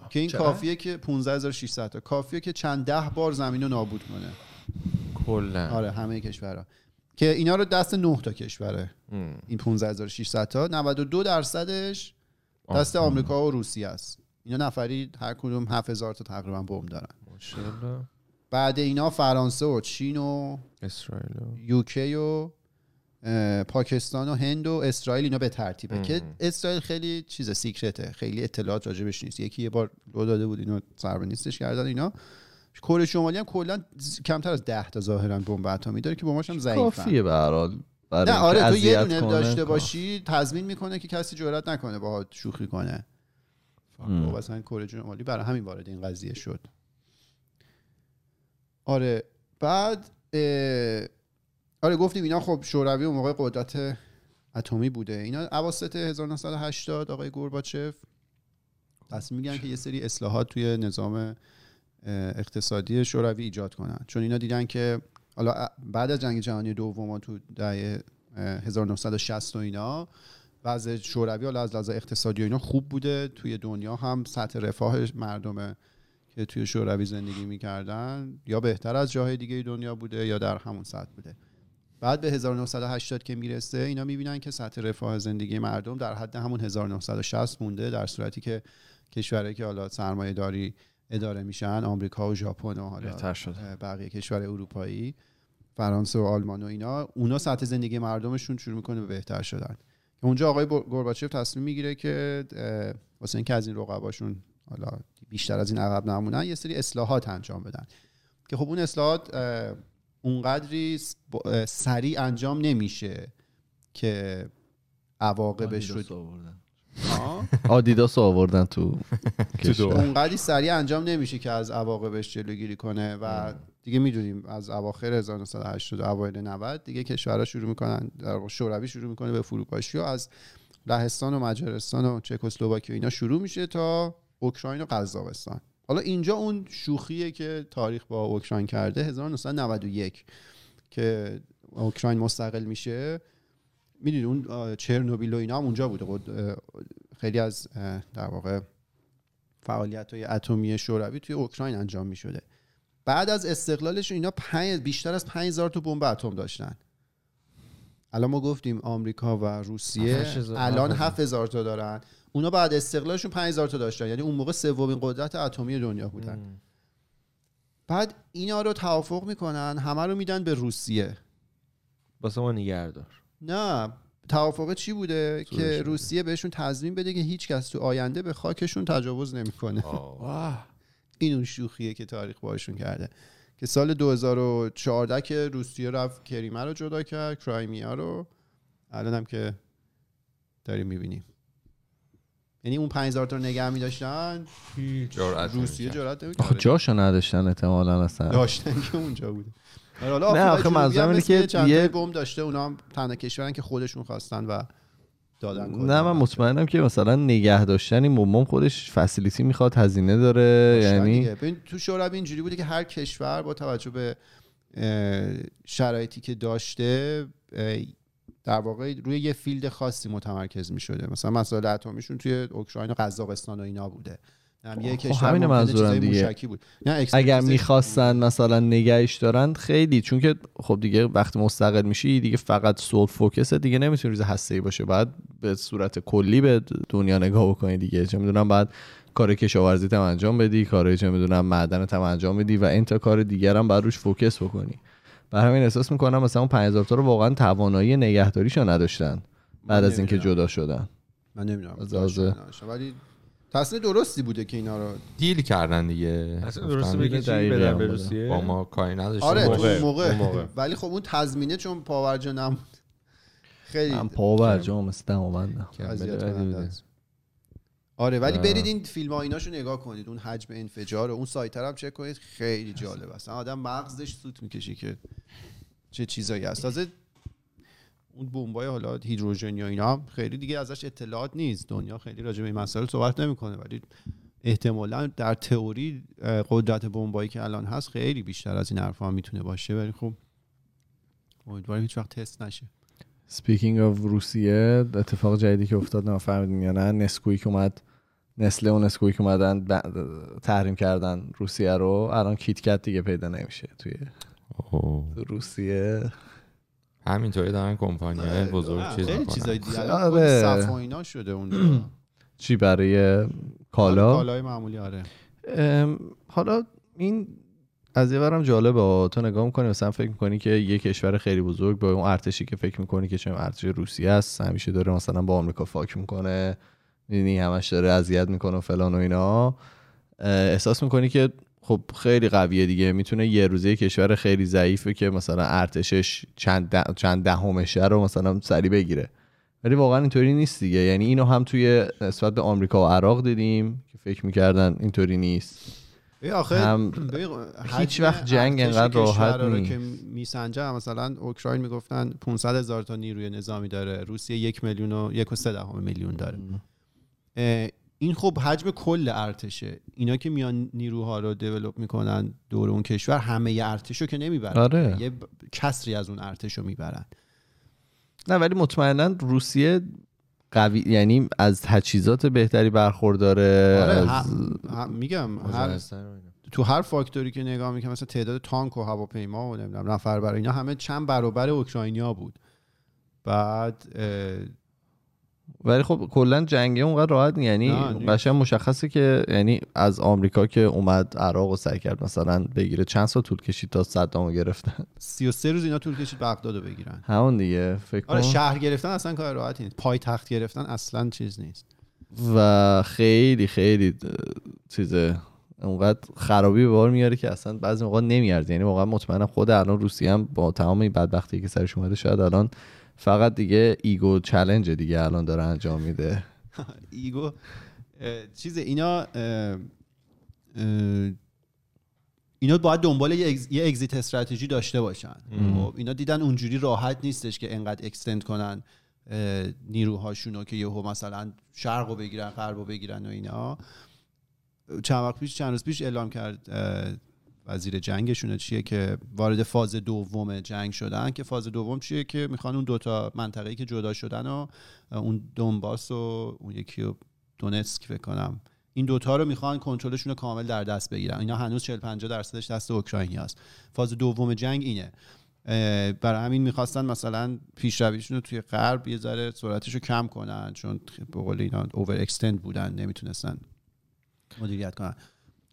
S1: که این کافیه که 15600 تا کافیه که چند ده بار زمین رو نابود کنه
S4: کلا
S1: آره همه کشورها که اینا رو دست 9 تا کشوره این 15600 تا 92 درصدش دست آمریکا و روسیه است اینا نفری هر کدوم 7000 تا تقریبا بمب دارن
S3: ماشاءالله.
S1: بعد اینا فرانسه و چین و
S3: اسرائیل و-
S1: یوکی و اه، پاکستان و هند و اسرائیل اینا به ترتیبه که اسرائیل خیلی چیز سیکرته خیلی اطلاعات راجبش نیست یکی یه بار لو داده بود اینو ضربه نیستش کردن اینا کره شمالی هم کلا ز- کمتر از 10 تا ظاهرا بمب اتمی داره که بمباش هم ضعیفن
S2: کافیه به هر حال برای
S1: نه
S2: اینکه
S1: آره تو یه
S2: اذیت
S1: دونه
S2: کنه.
S1: داشته باشی تضمین میکنه که کسی جرئت نکنه باهات شوخی کنه خب مثلا کره شمالی برای همین وارد این قضیه شد آره بعد اه، آره گفتیم اینا خب شوروی اون موقع قدرت اتمی بوده اینا اواسط 1980 آقای گورباچف تصمیم میگن که یه سری اصلاحات توی نظام اه، اقتصادی شوروی ایجاد کنن چون اینا دیدن که حالا ا- بعد از جنگ جهانی دوم و تو دهه اه، 1960 و اینا وضع شوروی حالا از لحاظ اقتصادی و اینا خوب بوده توی دنیا هم سطح رفاه مردم که توی شوروی زندگی میکردن یا بهتر از جاهای دیگه دنیا بوده یا در همون سطح بوده بعد به 1980 که میرسه اینا میبینن که سطح رفاه زندگی مردم در حد همون 1960 مونده در صورتی که کشورهایی که حالا سرمایه داری اداره میشن آمریکا و ژاپن و حالا
S2: بهتر شده
S1: بقیه کشور اروپایی فرانسه و آلمان و اینا اونا سطح زندگی مردمشون شروع میکنه به بهتر شدن که اونجا آقای بر- گورباچف تصمیم میگیره که اه، واسه اینکه از این رقباشون حالا بیشتر از این عقب نمونن یه سری اصلاحات انجام بدن که خب اون اصلاحات اه، اونقدری س- با- اه، سریع انجام نمیشه که عواقبش رو آه؟
S2: *laughs* آدیداس رو آوردن تو کشور
S1: اونقدی سریع انجام نمیشه که از عواقبش جلوگیری کنه و دیگه میدونیم از اواخر 1980 و اوایل 90 دیگه کشورها شروع میکنن در واقع شوروی شروع میکنه به فروپاشی و از لهستان و مجارستان و چکسلواکی و اینا شروع میشه تا اوکراین و قزاقستان حالا اینجا اون شوخیه که تاریخ با اوکراین کرده 1991 که اوکراین مستقل میشه میدونید اون آه، چرنوبیل و اینا هم اونجا بوده قد- اه، خیلی از اه، در واقع فعالیت های اتمی شوروی توی اوکراین انجام می شده بعد از استقلالش اینا پنج بیشتر از 5000 تا بمب اتم داشتن الان ما گفتیم آمریکا و روسیه
S3: هشت هزار.
S1: الان 7000 تا دارن اونا بعد استقلالشون 5000 تا داشتن یعنی اون موقع سومین قدرت اتمی دنیا بودن بعد اینا رو توافق میکنن همه رو میدن به روسیه
S3: واسه ما نگهدار
S1: نه توافق چی بوده که روسیه بهشون تضمین بده که هیچ کس تو آینده به خاکشون تجاوز نمیکنه این اون شوخیه که تاریخ باشون کرده که سال 2014 که روسیه رفت کریمه رو جدا کرد کرایمیا رو الان هم که داریم میبینیم یعنی اون 5000 تا نگه می‌داشتن
S4: جرأت
S1: روسیه
S4: نمی‌کرد.
S1: جرأت
S2: آخه
S1: نمی‌کرد
S2: جاشو نداشتن احتمالا اصلا
S1: داشتن که اونجا بوده آره، حالا
S2: نه، آخه
S1: آفریقای جنوبی
S2: منظورم
S1: هم
S2: اینه
S1: مثل
S2: که
S1: یه چند
S2: یه-
S1: تا بم داشته اونا هم تنها کشورن که خودشون خواستن و دادن آره.
S2: نه من مطمئنم که مثلا نگه داشتن این بمبم خودش فسیلیتی میخواد هزینه داره یعنی
S1: یعنی ببین تو شوروی اینجوری بوده که هر کشور با توجه به اه، شرایطی که داشته اه، در واقع روی یه فیلد خاصی متمرکز می شده مثلا مسائل اتمیشون توی اوکراین و قزاقستان و اینا بوده هم یه
S2: خب،
S1: کشور ممکنه
S2: همینه منظورم
S1: چیزای
S2: دیگه.
S1: موشکی بود نه
S2: اگر
S1: اکسپرتیزش-
S2: میخواستن مثلا نگهش دارن خیلی چون که خب دیگه وقتی مستقل میشی دیگه فقط سول فوکس دیگه نمیتونی روز هسته ای باشه بعد به صورت کلی به دنیا نگاه بکنی دیگه چه میدونم بعد کار کشاورزی تم انجام بدی کار چه میدونم معدن تم انجام بدی و این تا کار دیگر هم بعد روش فوکس بکنی بر همین احساس میکنم مثلا اون 5000 تا رو واقعا توانایی نگهداریشو نداشتن بعد از اینکه
S1: نمی‌دونم.
S2: جدا شدن
S1: من نمیدونم آره.
S2: از لحاظ-
S1: ولی تصمیم درستی بوده که اینا رو
S4: دیل کردن دیگه
S3: اصلا
S4: گفتن
S3: درسته
S2: بگی
S3: بگی
S2: چی
S3: چی
S2: دقیقی بدن هم
S3: بدن
S2: به
S3: به
S2: بودن. روسیه؟
S3: روسیه
S4: با ما کاری نداشتن
S1: آره تو
S4: ما-
S1: اون
S3: موقع،
S1: موقع
S3: اون موقع.
S1: ولی خب اون تضمینه چون پاورجا نبود خیلی
S2: هم پاور جام است دماوند.
S1: اذیت
S3: بده، بده،
S1: کننده
S3: بده.
S1: است. آره ولی
S3: آه.
S1: برید این فیلم ها ایناشو نگاه کنید اون حجم انفجار و اون سایت رو هم چک کنید خیلی جالب است آدم مغزش سوت میکشه که چه چیزایی هست تازه اون بمبای حالا هیدروژنی و اینا هم خیلی دیگه ازش اطلاعات نیست دنیا خیلی راجع به این مسائل صحبت نمیکنه ولی احتمالا در تئوری اه، قدرت بمبایی که الان هست خیلی بیشتر از این حرفا هم میتونه باشه ولی خب امیدوارم هیچ وقت تست نشه
S2: سپیکینگ آف روسیه اتفاق جدیدی که افتاد نه فهمیدین یا نه نسکویک اومد نسله و نسکویک اومدن ب- تحریم کردن روسیه رو الان کیتکت دیگه پیدا نمیشه توی
S4: اوه.
S2: تو روسیه
S4: همینطوری دارن
S3: آره،
S4: کمپانی بزرگ چیز
S1: خیلی
S4: می‌کنن.
S1: چیزای دیگه
S2: آره.
S1: الان خود صف و اینا شده
S2: *clears throat*
S1: اونجا
S2: چی برای کالا
S1: کالای معمولی آره
S2: ام، حالا این از یه برم جالبه ها. تو نگاه میکنی مثلا فکر میکنی که یه کشور خیلی بزرگ با اون ارتشی که فکر میکنی که چه ارتش روسیه است همیشه داره مثلا با آمریکا فاک میکنه یعنی همش داره اذیت میکنه و فلان و اینا اه، احساس میکنی که خب خیلی قویه دیگه میتونه یه روزه یه کشور خیلی ضعیفه که مثلا ارتشش چند ده- چند دهمشه رو مثلا سری بگیره ولی واقعا اینطوری نیست دیگه یعنی اینو هم توی نسبت به آمریکا و عراق دیدیم که فکر میکردن اینطوری نیست
S1: ببین آخه
S2: هم-
S1: ببین
S2: هیچ
S1: حجم
S2: وقت جنگ
S1: ارتش
S2: انقدر
S1: کشورها
S2: راحت
S1: رو
S2: نی.
S1: که میسنجه مثلا اوکراین میگفتن 500 هزار تا نیروی نظامی داره روسیه یک میلیون و یک و سه دهم میلیون داره اه، این خب حجم کل ارتشه اینا که میان نیروها رو دیولپ میکنن دور اون کشور همه ی ارتش رو که نمیبرن
S2: آره.
S1: یه ب- کسری از اون ارتش رو میبرن
S2: نه ولی مطمئنا روسیه قوی یعنی از تجهیزات بهتری برخورداره
S1: آره،
S2: از...
S1: ه- ه- میگم هر
S3: مجارستان و اینا.
S1: تو هر فاکتوری که نگاه میکنه مثلا تعداد تانک و هواپیما و نمیدونم نفر برای اینا همه چند برابر اوکراینیا بود بعد اه،
S2: ولی خب کلا جنگه اونقدر راحت نی. یعنی
S1: نه، نیست.
S2: قشنگ مشخصه که یعنی از آمریکا که اومد عراق و سعی کرد مثلا بگیره چند سال طول کشید تا صدام رو گرفتن *laughs*
S1: 33 روز اینا طول کشید بغداد رو بگیرن
S2: همون دیگه فکر
S1: آره
S2: کنم
S1: شهر گرفتن اصلا کار راحتی نیست پای تخت گرفتن اصلا چیز نیست
S2: و خیلی خیلی د- چیزه اونقدر خرابی به بار میاره که اصلا بعضی موقع نمیارزه یعنی واقعا مطمئنم خود الان روسیه هم با تمام این بدبختی که سرش اومده شاید الان فقط دیگه ایگو چلنج دیگه الان داره انجام میده
S1: ایگو اه، چیز اینا اه، اه، اینا باید دنبال یه اگز- یه اگزیت استراتژی داشته باشن خب اینا دیدن اونجوری راحت نیستش که انقدر اکستند کنن اه، نیروهاشونو که یهو مثلا شرق رو بگیرن غرب رو بگیرن و اینا چند وقت پیش چند روز پیش اعلام کرد اه، وزیر جنگشونه چیه که وارد فاز دوم جنگ شدن که فاز دوم چیه که میخوان اون دوتا منطقه‌ای که جدا شدن و اون دونباس و اون یکی رو دونسک فکر کنم این دوتا رو میخوان کنترلشون رو کامل در دست بگیرن اینا هنوز 40 50 درصدش دست اوکراینی است فاز دوم جنگ اینه اه، برای همین میخواستن مثلا پیشرویشون رو توی غرب یه ذره سرعتش رو کم کنن چون خب به قول اینا اوور اکستند بودن نمیتونستن مدیریت کنن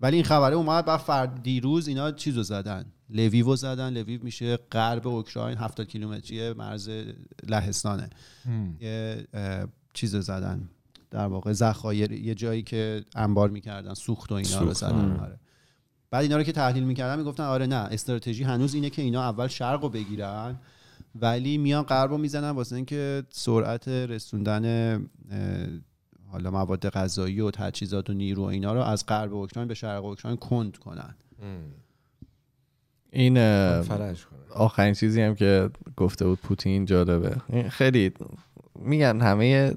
S1: ولی این خبره اومد بعد فرد دیروز اینا چیز رو زدن لویو رو زدن لویو میشه غرب اوکراین 70 کیلومتری مرز لهستانه یه اه، چیز رو زدن در واقع ذخایر یه جایی که انبار میکردن سوخت و اینا رو
S3: سوخت،
S1: زدن آره. بعد اینا رو که تحلیل میکردن میگفتن آره نه استراتژی هنوز اینه که اینا اول شرق رو بگیرن ولی میان غرب رو میزنن واسه اینکه سرعت رسوندن اه، حالا مواد غذایی و تجهیزات و نیرو و اینا رو از غرب اوکراین به شرق اوکراین کند کنن
S2: این اه،
S4: خب،
S3: فرج کنه
S2: آخرین چیزی هم که گفته بود پوتین جالبه این خیلی میگن همه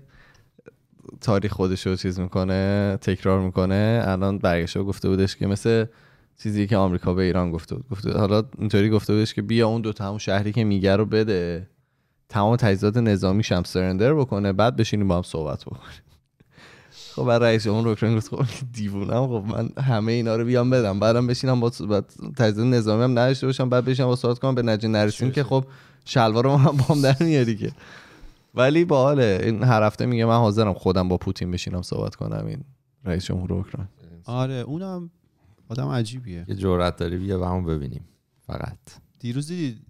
S2: تاریخ خودش رو چیز میکنه تکرار میکنه الان برگشته و گفته بودش که مثل چیزی که آمریکا به ایران گفته بود گفته حالا اینطوری گفته بودش که بیا اون دو تا همون شهری که میگه رو بده تمام تجهیزات نظامیش هم سرندر بکنه بعد بشینیم با هم صحبت بکنیم خب بعد رئیس جمهور اوکراین گفت خب دیوونم خب من همه اینا رو بیام بدم بعدم بشینم با بعد تجهیزات نظامی هم نداشته باشم بعد بشینم با صحبت کنم به نجه نرسیم که خب شلوار رو هم بام در میاری که ولی باحاله این هر هفته میگه من حاضرم خودم با پوتین بشینم صحبت کنم این رئیس جمهور اوکراین
S1: آره اونم آدم عجیبیه
S4: یه جرأت داری بیا و همون ببینیم فقط
S1: دیروز دیدید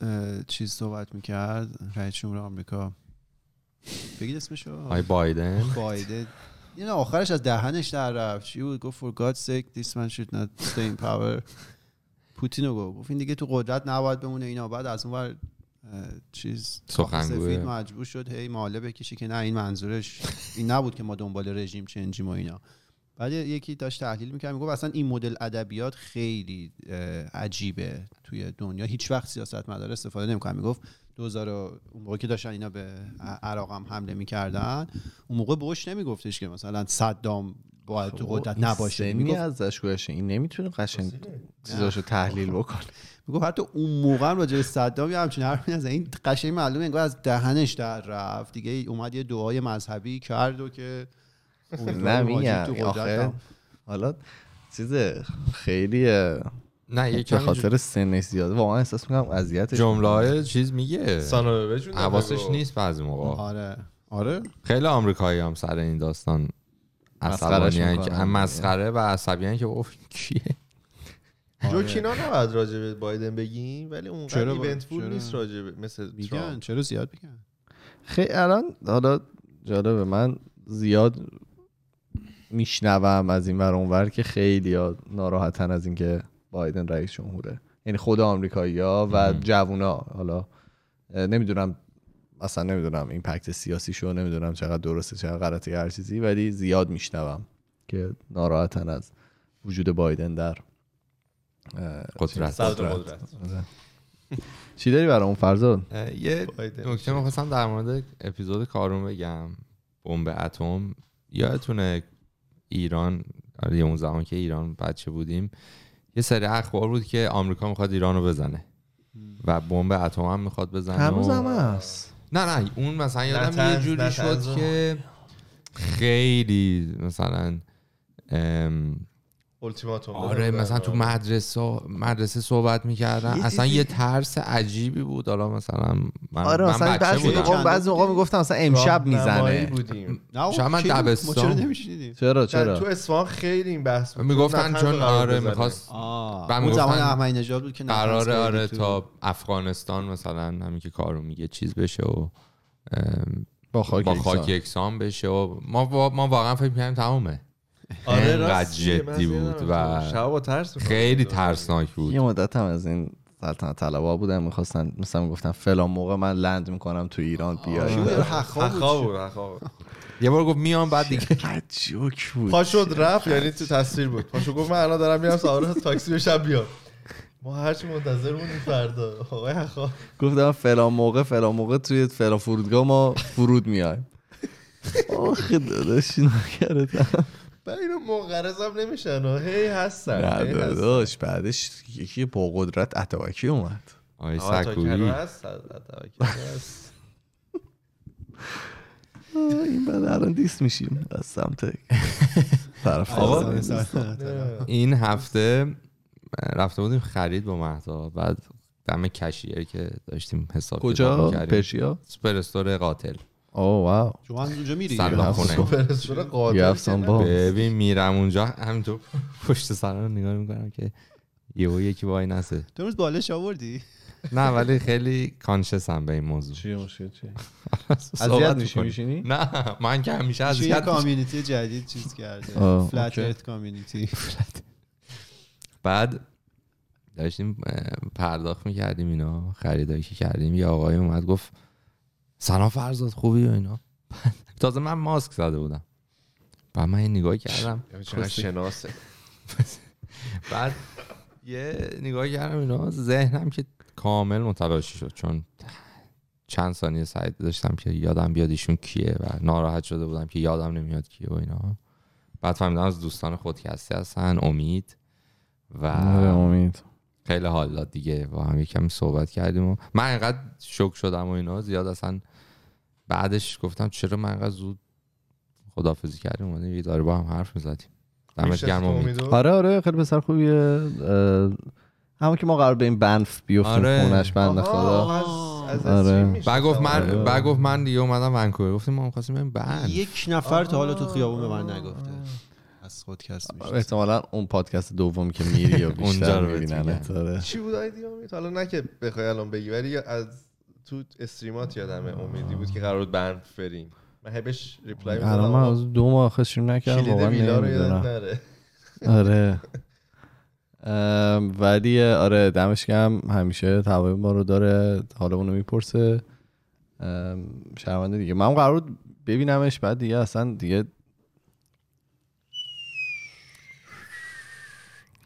S1: اه، چیز صحبت میکرد رئیس جمهور آمریکا بگید اسمشو
S4: آی بایدن
S1: بایدن این آخرش از دهنش در رفت چی بود گفت for God's sake this man should not stay in power پوتین رو گفت گفت این دیگه تو قدرت نباید بمونه اینا بعد از اون ور اه، چیز
S4: سخنگوی.
S1: سفید مجبور شد هی ماله بکشه که نه این منظورش این نبود که ما دنبال رژیم چنجیم و اینا بعد یکی داشت تحلیل میکرد میگفت اصلا این مدل ادبیات خیلی اه، عجیبه توی دنیا هیچ وقت سیاستمدار استفاده نمیکنن میگفت 2000 و- اون موقع که داشتن اینا به عراق هم حمله میکردن اون موقع بوش نمیگفتش که مثلا صدام باید
S2: خب،
S1: تو قدرت نباشه
S2: سنی
S1: میگفت
S2: ازش گوشه این نمیتونه قشنگ چیزاشو تحلیل بکنه
S1: میگفت حتی اون موقع هم راجع به صدام یه همچین حرفی نزد این قشنگ معلومه انگار از دهنش در رفت دیگه اومد یه دعای مذهبی کرد و که
S2: نه میگم
S1: تو
S2: آخه
S1: قدرتم.
S2: حالا چیز خیلی اه،
S4: نه یه
S2: به
S4: کمی
S2: خاطر سنش زیاده واقعا احساس میکنم اذیتش
S4: جمله های چیز میگه
S3: سانو بجون
S4: حواسش نیست بعضی موقع
S1: آره
S2: خب.
S1: آره
S4: خیلی آمریکایی هم سر این داستان
S2: مسخرهش
S4: عصبانی که
S2: می‌کنن.
S4: مسخره و عصبانی که اوف کیه
S3: جوکینا نباید راجع به بایدن بگیم ولی اونقدر
S1: چرا با-
S3: ایونتفول
S1: چرا؟
S3: نیست راجع به مثل
S1: میگن
S3: ترامپ
S1: چرا زیاد میگن
S2: خیلی الان حالا جالبه من زیاد میشنوم از این ور اونور که خیلی ناراحتن از اینکه بایدن رئیس جمهوره یعنی خود آمریکایی ها و جوونا حالا اه، نمیدونم اصلا نمیدونم این پکت سیاسی شو نمیدونم چقدر درسته چقدر غلطه هر چیزی ولی زیاد میشنوم که ناراحتن از وجود بایدن در اه،
S4: قدرت
S3: صدر قدرت
S2: چی داری برای اون فرزاد
S4: اه، یه
S3: بایدن.
S4: نکته میخواستم در مورد اپیزود کارون بگم بمب اتم یادتونه ایران آره، یه اون زمان که ایران بچه بودیم یه سری اخبار بود که آمریکا میخواد ایران رو بزنه و بمب اتم هم میخواد بزنه و-
S2: هنوز هم هست
S4: نه نه اون مثلا یادم یه
S3: طنز،
S4: جوری
S3: نه
S4: شد
S3: طنز و-
S4: که خیلی مثلا ام،
S3: اولتیماتوم
S4: آره مثلا تو مدرسه مدرسه صحبت میکردن
S2: بله، یه
S4: اصلا یه ترس عجیبی بود حالا مثلا من,
S2: آره
S4: من
S2: مثلا
S4: بچه
S2: بعضی
S1: بودم.
S2: موقع
S4: بودم
S2: بعضی موقع میگفتم مثلا امشب میزنه
S3: بودیم
S1: نه آقا،
S4: شاید من
S1: کی بود؟ ما
S4: دبستان
S1: چرا
S4: بود.
S1: نمیشنیدیم
S2: چرا
S3: چرا تو
S2: چرا
S3: اصفهان خیلی این بحث بود
S4: میگفتن
S3: نتنز
S4: چون
S3: قرار
S4: آره
S3: بزنه.
S4: میخواست
S1: آه
S4: و
S1: اون
S4: میگفتن
S1: زمان احمدی نژاد بود که نفس
S4: قراره
S1: کردی
S4: آره
S1: تو-
S4: تا افغانستان مثلا همین که کارو میگه چیز بشه و ام،
S2: با خاک
S4: با خاک
S2: یکسان.
S4: یکسان بشه و ما وا- ما واقعا فکر میکنیم تمومه
S3: آره
S4: انقدر
S3: راستی، من
S4: جدی
S3: یادم
S4: بود
S3: تو
S4: و
S3: شب با ترس می‌خوردم.
S4: خیلی ترسناک بود
S2: یه مدت هم از این سلطنت طلبا بودن میخواستن مثلا میگفتن فلان موقع من لند میکنم تو ایران
S1: کی
S2: بیاید
S1: بود؟ حقا بود.
S3: حقا بود حقا بود
S4: یه بار گفت میام
S3: *laughs*
S4: بعد دیگه
S2: چقدر جوک بود
S3: پاشد رفت یعنی تو تصویر بود پاشو گفت من الان دارم میرم سوار تاکسی بشم بیام ما هرچی منتظر بودیم فردا آقای حقا
S2: گفتم فلان موقع فلان موقع توی فلان فرودگاه ما فرود میایم آخه داداش نکردم
S1: بله،
S3: بعد اینو منقرض هم نمیشن و هی هستن
S2: نه
S3: هی هستن.
S2: داداش بعدش یکی با قدرت اتابکی اومد
S4: آی
S3: آقا تاکر
S4: سکویی
S3: هست تاکر
S1: *laughs*
S3: هست.
S2: آه، این بعد الان دیس میشیم از سمت طرف
S1: آقا،
S2: هندوستان.
S1: مثلا-
S3: نه.
S4: این هفته رفته بودیم خرید با مهدا بعد دم کشیر که داشتیم حساب
S2: کجا
S4: کتاب می‌کردیم.
S2: پرشیا
S4: سوپر استور قاتل
S2: او واو
S1: شما هم اونجا میری
S4: سلام
S2: خونه.
S1: سوپرستور قاتل
S2: یه افسان
S1: که
S2: با.
S1: نه.
S4: ببین میرم اونجا همینطور پشت سرم رو نگاه میکنم که یهو یکی وای نسه
S1: تو امروز بالش آوردی
S4: نه ولی خیلی کانشسم به این موضوع
S2: چیه مشکل چیه
S4: *laughs* صحبت
S2: میشی
S4: می‌کنی.
S2: میشینی
S4: نه من که همیشه
S1: چه یه
S4: اذیت می‌شم.
S1: کامیونیتی جدید چیز کرده
S2: آه،
S1: فلت
S2: اوکی.
S1: ارت کامیونیتی
S4: بعد داشتیم اه، پرداخت میکردیم اینا خریدایی که کردیم یه آقای اومد گفت سلام فرزاد خوبی و اینا *laughs* تازه من ماسک زده بودم بعد من یه نگاه کردم خب،
S3: یعنی چقدر شناسه
S4: بعد یه نگاه کردم اینا ذهنم که کامل متلاشی شد چون چند ثانیه سعی داشتم که یادم بیاد ایشون کیه و ناراحت شده بودم که یادم نمیاد کیه و اینا بعد فهمیدم از دوستان خودکسته هستن امید
S2: آره،
S4: و
S2: امید
S4: خیلی حال داد دیگه با هم یکم صحبت کردیم و من انقدر شوک شدم و اینا زیاد اصلا بعدش گفتم چرا من انقدر زود خدافزی کردیم اومدیم یه داره با هم حرف میزدیم دمت گرم امید
S2: آره آره خیلی پسر خوبیه اه، همون که ما قرار به این بنف بیفتیم
S4: آره.
S2: خونش بنده خدا آره.
S4: بعد گفت من
S2: آره.
S4: بعد گفت من دیگه اومدم ونکوور گفتیم ما می‌خواستیم بریم بند
S1: یک نفر تا حالا تو خیابون به من نگفته از خودکست میشه
S2: احتمالا اون پادکست دوم که
S3: *laughs*
S2: میری و
S4: اونجا
S2: بیشتر
S4: رو بهت
S2: میبینن آره
S3: چی بود آیدی امید حالا نه که بخوای الان بگی ولی از تو استریمات یادمه امیدی بود که قرار بود بند بریم من هی بهش ریپلای
S2: الان من از دو ماه آخه شروع نکردم
S3: کلید
S2: واقعا
S3: ویلا رو
S2: نمی‌دونم.
S3: یادت نره *laughs*
S2: آره ام، ولی آره دمش گرم همیشه هوای ما رو داره حالمون رو میپرسه ام، شرمنده دیگه من قرار بود ببینمش بعد دیگه اصلا دیگه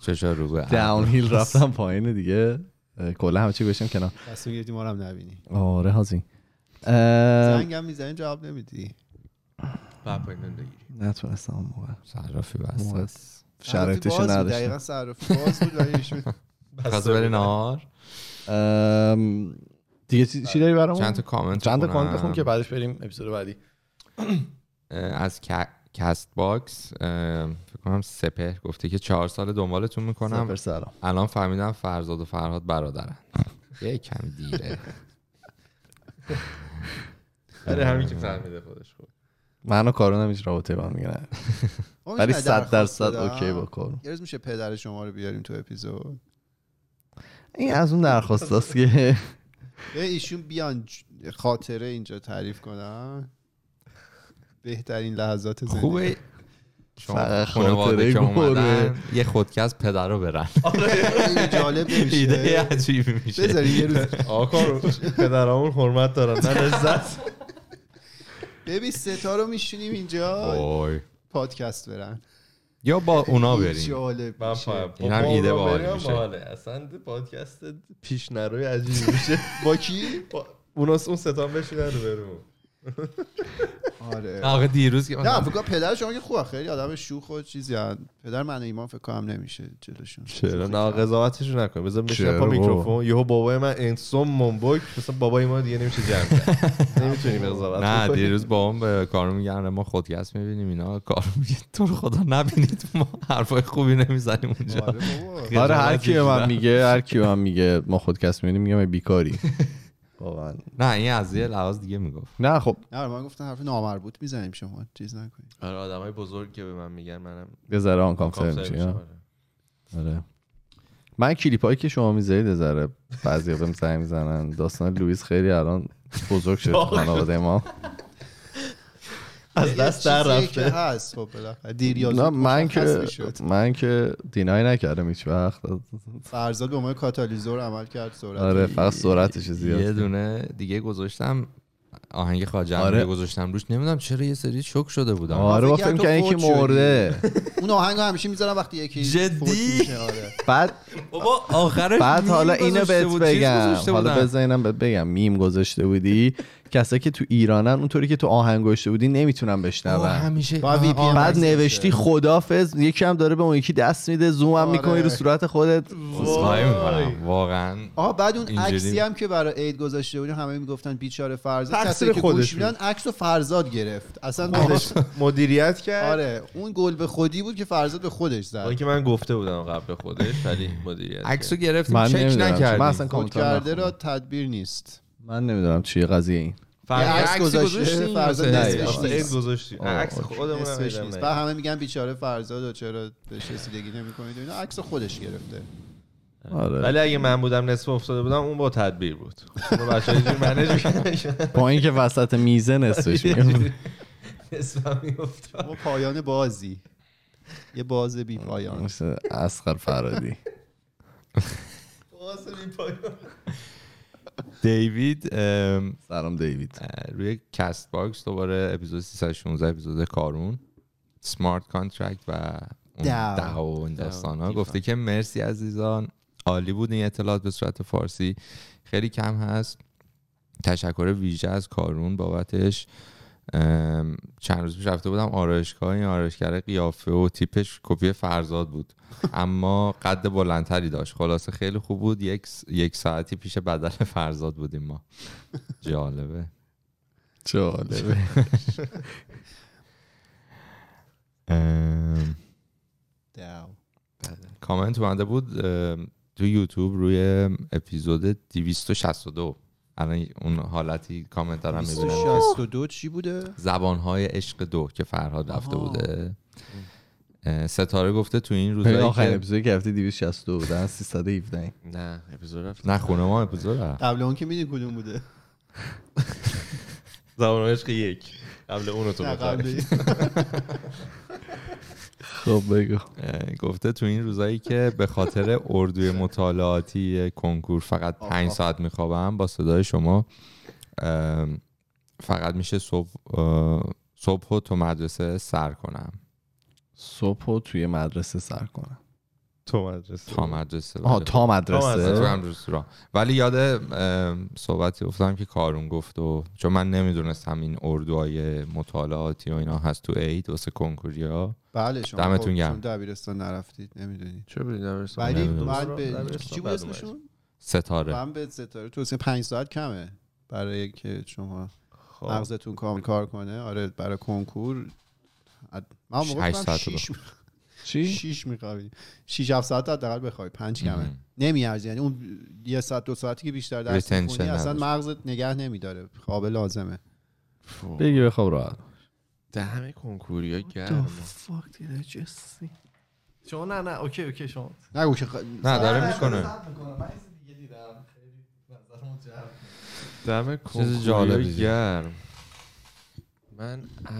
S4: چشا رو به هم.
S2: داون هیل رفتم پایین دیگه اه، کلا همه چی گوشم کنار
S1: تصمیم گرفتی ما رو هم نبینی
S2: آره هازی
S1: زنگ هم میزنی جواب نمیدی
S3: بعد پایین نمیگیری
S2: نتونستم اون موقع
S4: صرافی
S2: اون موقع
S4: بسته
S2: شرایطش
S1: صرافی
S2: رو
S1: باز بود،
S2: نداشتم
S1: دقیقا صرافی باز بود ولی ایشون-
S2: *laughs*
S4: خواست بری نهار
S2: ام، دیگه چی چی داری برامون
S4: چند تا کامنت
S2: چند تا
S4: بخونم.
S2: کامنت بخون که بعدش بریم اپیزود بعدی
S4: اه، از ک- کست باکس اه، فکر کنم سپر گفته که چهار سال دنبالتون میکنم
S2: سپر سلام
S4: الان فهمیدم فرزاد و فرهاد برادرن یه کمی دیره
S3: آره همین که فهمیده خودش خب
S2: من و کارون هم هیچ رابطه با هم دیگه نداریم.
S1: آقا
S2: ولی
S1: می‌شه من
S2: صد
S1: درخواست
S2: درصد
S1: بدم؟
S2: اوکی با کارون
S1: یه روز میشه پدر شما رو بیاریم تو اپیزود
S2: این از اون درخواست است که
S1: یه ایشون بیان ج- خاطره اینجا تعریف کنن بهترین لحظات زندگی
S4: خوبه شما
S2: فقط
S4: خانواده
S2: خاطره
S4: که
S2: گوره.
S4: اومدن یه خودکست پدر رو برن
S1: *laughs* خیلی
S2: *laughs*
S1: جالب
S4: ایده
S1: نمیشه
S4: عجیبی میشه
S1: بذاری یه روز
S3: آقا رو پدرامون حرمت دارن نه لذت
S1: ببین ستا رو میشونیم
S2: خب.
S1: اینجا
S4: وای.
S1: پادکست برن
S4: یا با اونا
S1: خیلی
S4: بریم
S1: جالب
S3: من
S1: میشه.
S3: فهم خب،
S4: این هم ایده باحال میشه.
S3: آره، اصلا پادکست پیش نروی عجیبی میشه
S1: با کی
S3: با- اونا اون ستان بشینن رو برو
S1: آره
S4: نه، آقا دیروز که
S1: نه فکر کنم پدر شما که خوبه خیلی آدم شوخ و چیزی هن. پدر من و ایمان فکر کنم نمیشه جلوشون
S3: چرا نه قضاوتش رو نکن بذار بشین
S2: چرا
S3: پا
S2: بابا؟
S3: میکروفون یهو بابای من انسوم منبک مثلا بابای ما دیگه نمیشه جمع کرد. نمیتونی قضاوت
S4: نه
S3: بکنی.
S4: دیروز با هم به کارو میگن ما خودکست میبینیم اینا کارو میگه تو رو خدا نبینید ما حرفای خوبی نمیزنیم اونجا
S1: آره بابا
S4: خیلی
S2: *laughs* آره هر
S4: جالب
S2: کی به من
S4: *laughs* دیدم.
S2: میگه هر کی به من میگه ما خودکست میبینیم میگم ای بیکاری واقعا
S4: نه این از یه لحاظ دیگه میگفت
S2: نه خب
S1: نه آره، من گفتم حرف نامربوط میزنیم شما چیز نکنید
S3: آره آدمای بزرگ که به من میگن منم
S2: یه ذره آن کامپیوتر
S3: کامسر میشم،
S2: میشه
S3: آره.
S2: آره من کلیپ هایی که شما میذارید یه ذره بعضی بهم زنگ میزنن داستان لوئیس خیلی الان بزرگ شد تو خانواده ما
S1: از دست در رفته هست خب بالاخره دیر یا
S2: نه
S1: زود
S2: من
S1: مشخص
S2: که
S1: می‌شد.
S2: من که دینای نکردم هیچ وقت
S1: فرزاد به عنوان کاتالیزور عمل کرد سرعت
S2: آره فقط سرعتش
S4: یه
S2: زیاد
S4: دونه دیگه گذاشتم آهنگ خواجه
S2: آره.
S4: آره. گذاشتم روش نمیدونم چرا یه سری شوک شده بودم
S2: آره
S1: فکر
S2: با فکر
S1: کردم
S2: که
S1: تو
S2: یکی
S1: فوت شدی.
S2: مرده
S1: اون آهنگ رو همیشه میذارم وقتی یکی
S4: جدی؟
S1: فوت میشه، آره
S2: بعد
S4: *laughs* بابا آخرش
S2: بعد
S4: میم
S2: حالا اینو
S4: گذاشته
S2: بهت
S4: بود. چیز
S2: بگم
S4: گذاشته
S2: حالا
S4: بودن.
S2: بذار اینم بهت بگم میم گذاشته بودی کسایی که تو ایرانن اونطوری که تو آهنگ گوشته بودی نمیتونن بشنون
S4: همیشه
S1: با VPN
S4: آه،
S2: بعد
S1: مکس
S2: نوشتی خدافظ یکی هم داره به اون یکی دست میده زوم هم
S1: آره.
S2: میکنی رو صورت خودت
S4: عذرخواهی می‌کنم. واقعا
S1: آها بعد اون
S4: اینجوری.
S1: عکسی هم که برای عید گذاشته بودیم همه میگفتن بیچاره فرزاد
S3: تقصیر
S1: کسایی که گوش
S3: خودشون.
S1: میدن عکس رو فرزاد گرفت اصلا خودش
S3: مدیریت کرد
S1: آره اون گل به خودی بود که فرزاد به خودش
S3: با
S1: زد
S3: اینکه من گفته بودم قبل خودش ولی مدیریت
S4: عکسو
S3: کرد.
S4: گرفتیم
S2: من
S4: چک
S2: نمی‌دونم.
S4: نکردیم
S2: من اصلا
S1: خود
S2: کامنتار
S1: کرده
S2: نخوندم.
S1: را تدبیر نیست
S2: من نمیدونم چیه قضیه این
S3: بله.
S1: یه عکس
S4: عکسی
S1: گذاشته،
S4: گذاشتیم
S1: فرزاد
S4: واسه-
S1: نصفش
S4: واسه
S1: نیست.
S4: عید.
S3: عکس گذاشتی
S2: آه،
S3: عکس
S2: اوکی.
S3: خودمون هم
S1: اسمش
S3: دیدم
S1: نیست
S3: نه.
S1: بعد همه میگن بیچاره فرزاد و چرا بهش رسیدگی نمی‌کنید و اینا عکس خودش گرفته
S2: آره
S3: ولی اگه من بودم نصف افتاده بودم اون با تدبیر بود اونو بچه‌ها یه جور منیج
S2: *laughs*
S3: می‌کردن.
S2: با اینکه وسط میزه نصفش
S3: یه
S2: می‌گم.
S3: جوری نصفم می‌افتاد.
S1: ما پایان بازی یه باز بی پایان
S2: مثل اسقر فرادی
S4: دیوید ام،
S2: سلام دیوید
S4: روی کست باکس دوباره اپیزود 316 اپیزود کارون سمارت کانترکت و اون
S1: دعوا.
S4: دعوا و این داستان ها
S3: دعوا.
S4: گفته که مرسی عزیزان عالی بود این اطلاعات به صورت فارسی خیلی کم هست تشکر ویژه از کارون بابتش ام، چند روز پیش رفته بودم آرایشگاه این آرایشگر قیافه و تیپش کپی فرزاد بود اما قد بلندتری داشت خلاصه خیلی خوب بود یک, س- یک ساعتی پیش بدل فرزاد بودیم ما جالبه
S2: جالبه
S4: ام،
S1: داو.
S4: کامنت اومده بود ام، تو یوتیوب روی اپیزود 262 الان اون حالتی کامنت دارم میبینم
S1: 262 چی بوده
S4: زبانهای عشق دو خب که فرهاد رفته
S1: آها.
S4: بوده اه، ستاره گفته تو این
S2: این
S4: روزایی
S2: آخرین
S4: که
S2: اپیزودی که هفته 262 بود الان 317
S3: نه اپیزود رفت
S4: نه خونه ما اپیزود رفت.
S1: قبل اون که میدین کدوم بوده
S3: زبان عشق یک قبل اونو تو
S1: نه،
S3: بخوای.
S1: قبل
S2: خب بگو
S4: اه، گفته تو این روزایی که به خاطر اردوی مطالعاتی کنکور فقط پنج ساعت میخوابم با صدای شما ام، فقط میشه صبح اه، صبح رو تو مدرسه سر کنم
S2: صبح رو توی مدرسه سر کنم
S3: تو مدرسه
S4: تا مدرسه
S2: آها
S4: بله.
S2: تا
S4: مدرسه تو
S2: مدرسه
S4: مدرسه را. ولی یاد ام، صحبتی افتادم که کارون گفت و چون من نمیدونستم این اردوهای مطالعاتی و اینا هست تو عید واسه کنکوریا
S1: بله شما
S4: دمتون
S1: خودتون
S4: گرم.
S1: دبیرستان نرفتید نمیدونید
S3: چرا بری دبیرستان؟
S1: ولی
S4: نمی‌دونم.
S1: من به
S3: دبیرستان
S1: چی بود
S3: بعد اومد.
S1: اسمشون
S4: ستاره
S1: من به ستاره تو سه پنج ساعت کمه برای که شما
S3: خب.
S1: مغزتون کامل کار کنه آره برای کنکور اد- من موقع
S4: هشت
S1: کنم
S4: ساعت رو
S1: شیش
S2: چی؟
S1: شیش میخوابی شیش هفت ساعت حداقل بخوای پنج کمه
S4: مهم.
S1: نمیارزه یعنی اون یه ساعت دو ساعتی که بیشتر درس
S4: Retention
S1: می‌خونی اصلا
S4: نداره.
S1: مغزت نگه نمیداره خواب لازمه
S2: خب. بگی بخواب راحت
S3: دم کنکوریا گرم
S2: شما نه نه اوکی اوکی شما
S1: نگو که خ...
S4: نه داره میکنه
S3: دم
S4: چیز
S3: کنکوریا
S4: جالبی.
S3: گرم من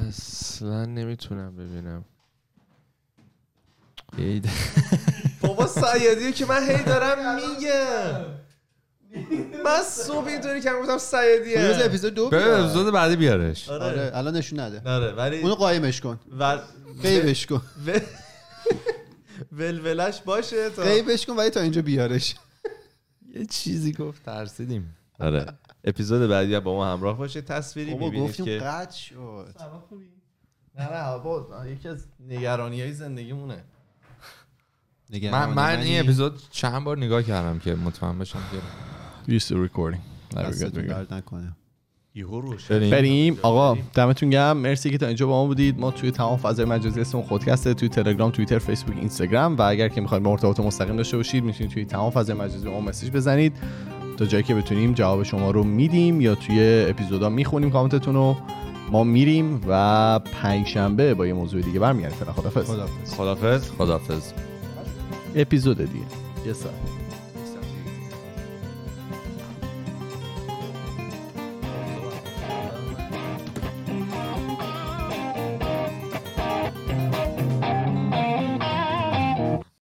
S3: اصلا نمیتونم ببینم بابا سیادیه که من هی دارم میگم من صبح اینطوری که گفتم
S1: روز
S3: سیادیه
S1: اپیزود دو
S4: به
S1: بیار.
S4: اپیزود بعدی بیارش
S1: آره الان نشون نده
S3: آره ولی
S1: اونو قایمش کن
S3: ول-
S1: قیبش
S3: *laughs*
S1: کن
S3: ول- ولولش باشه تا
S1: قیبش کن ولی تا اینجا بیارش
S4: یه چیزی گفت ترسیدیم
S3: آره اپیزود بعدی هم با ما همراه باشه تصویری
S1: بابا
S3: میبینید
S1: گفتیم
S3: که
S1: قد شد
S2: نه نه بابا یکی از نگرانی های زندگیمونه
S4: من, من این اپیزود چند بار نگاه کردم که مطمئن باشم که
S2: used to recording
S1: دستتون درد نکنه
S3: یهو روشن
S4: بریم.
S2: بریم آقا دمتون گرم مرسی که تا اینجا با ما بودید ما توی تمام فضای مجازی اسم خودکسته توی تلگرام توییتر فیسبوک اینستاگرام و اگر که میخواید ما ارتباط مستقیم داشته باشید میتونید توی تمام فضای مجازی به ما مسیج بزنید تا جایی که بتونیم جواب شما رو میدیم یا توی اپیزودا میخونیم کامنتتون رو ما میریم و پنجشنبه با یه موضوع دیگه برمیگردیم فعلا خدافظ
S1: خدافظ
S4: خدافظ خدافظ
S2: اپیزود دیگه یه ساعت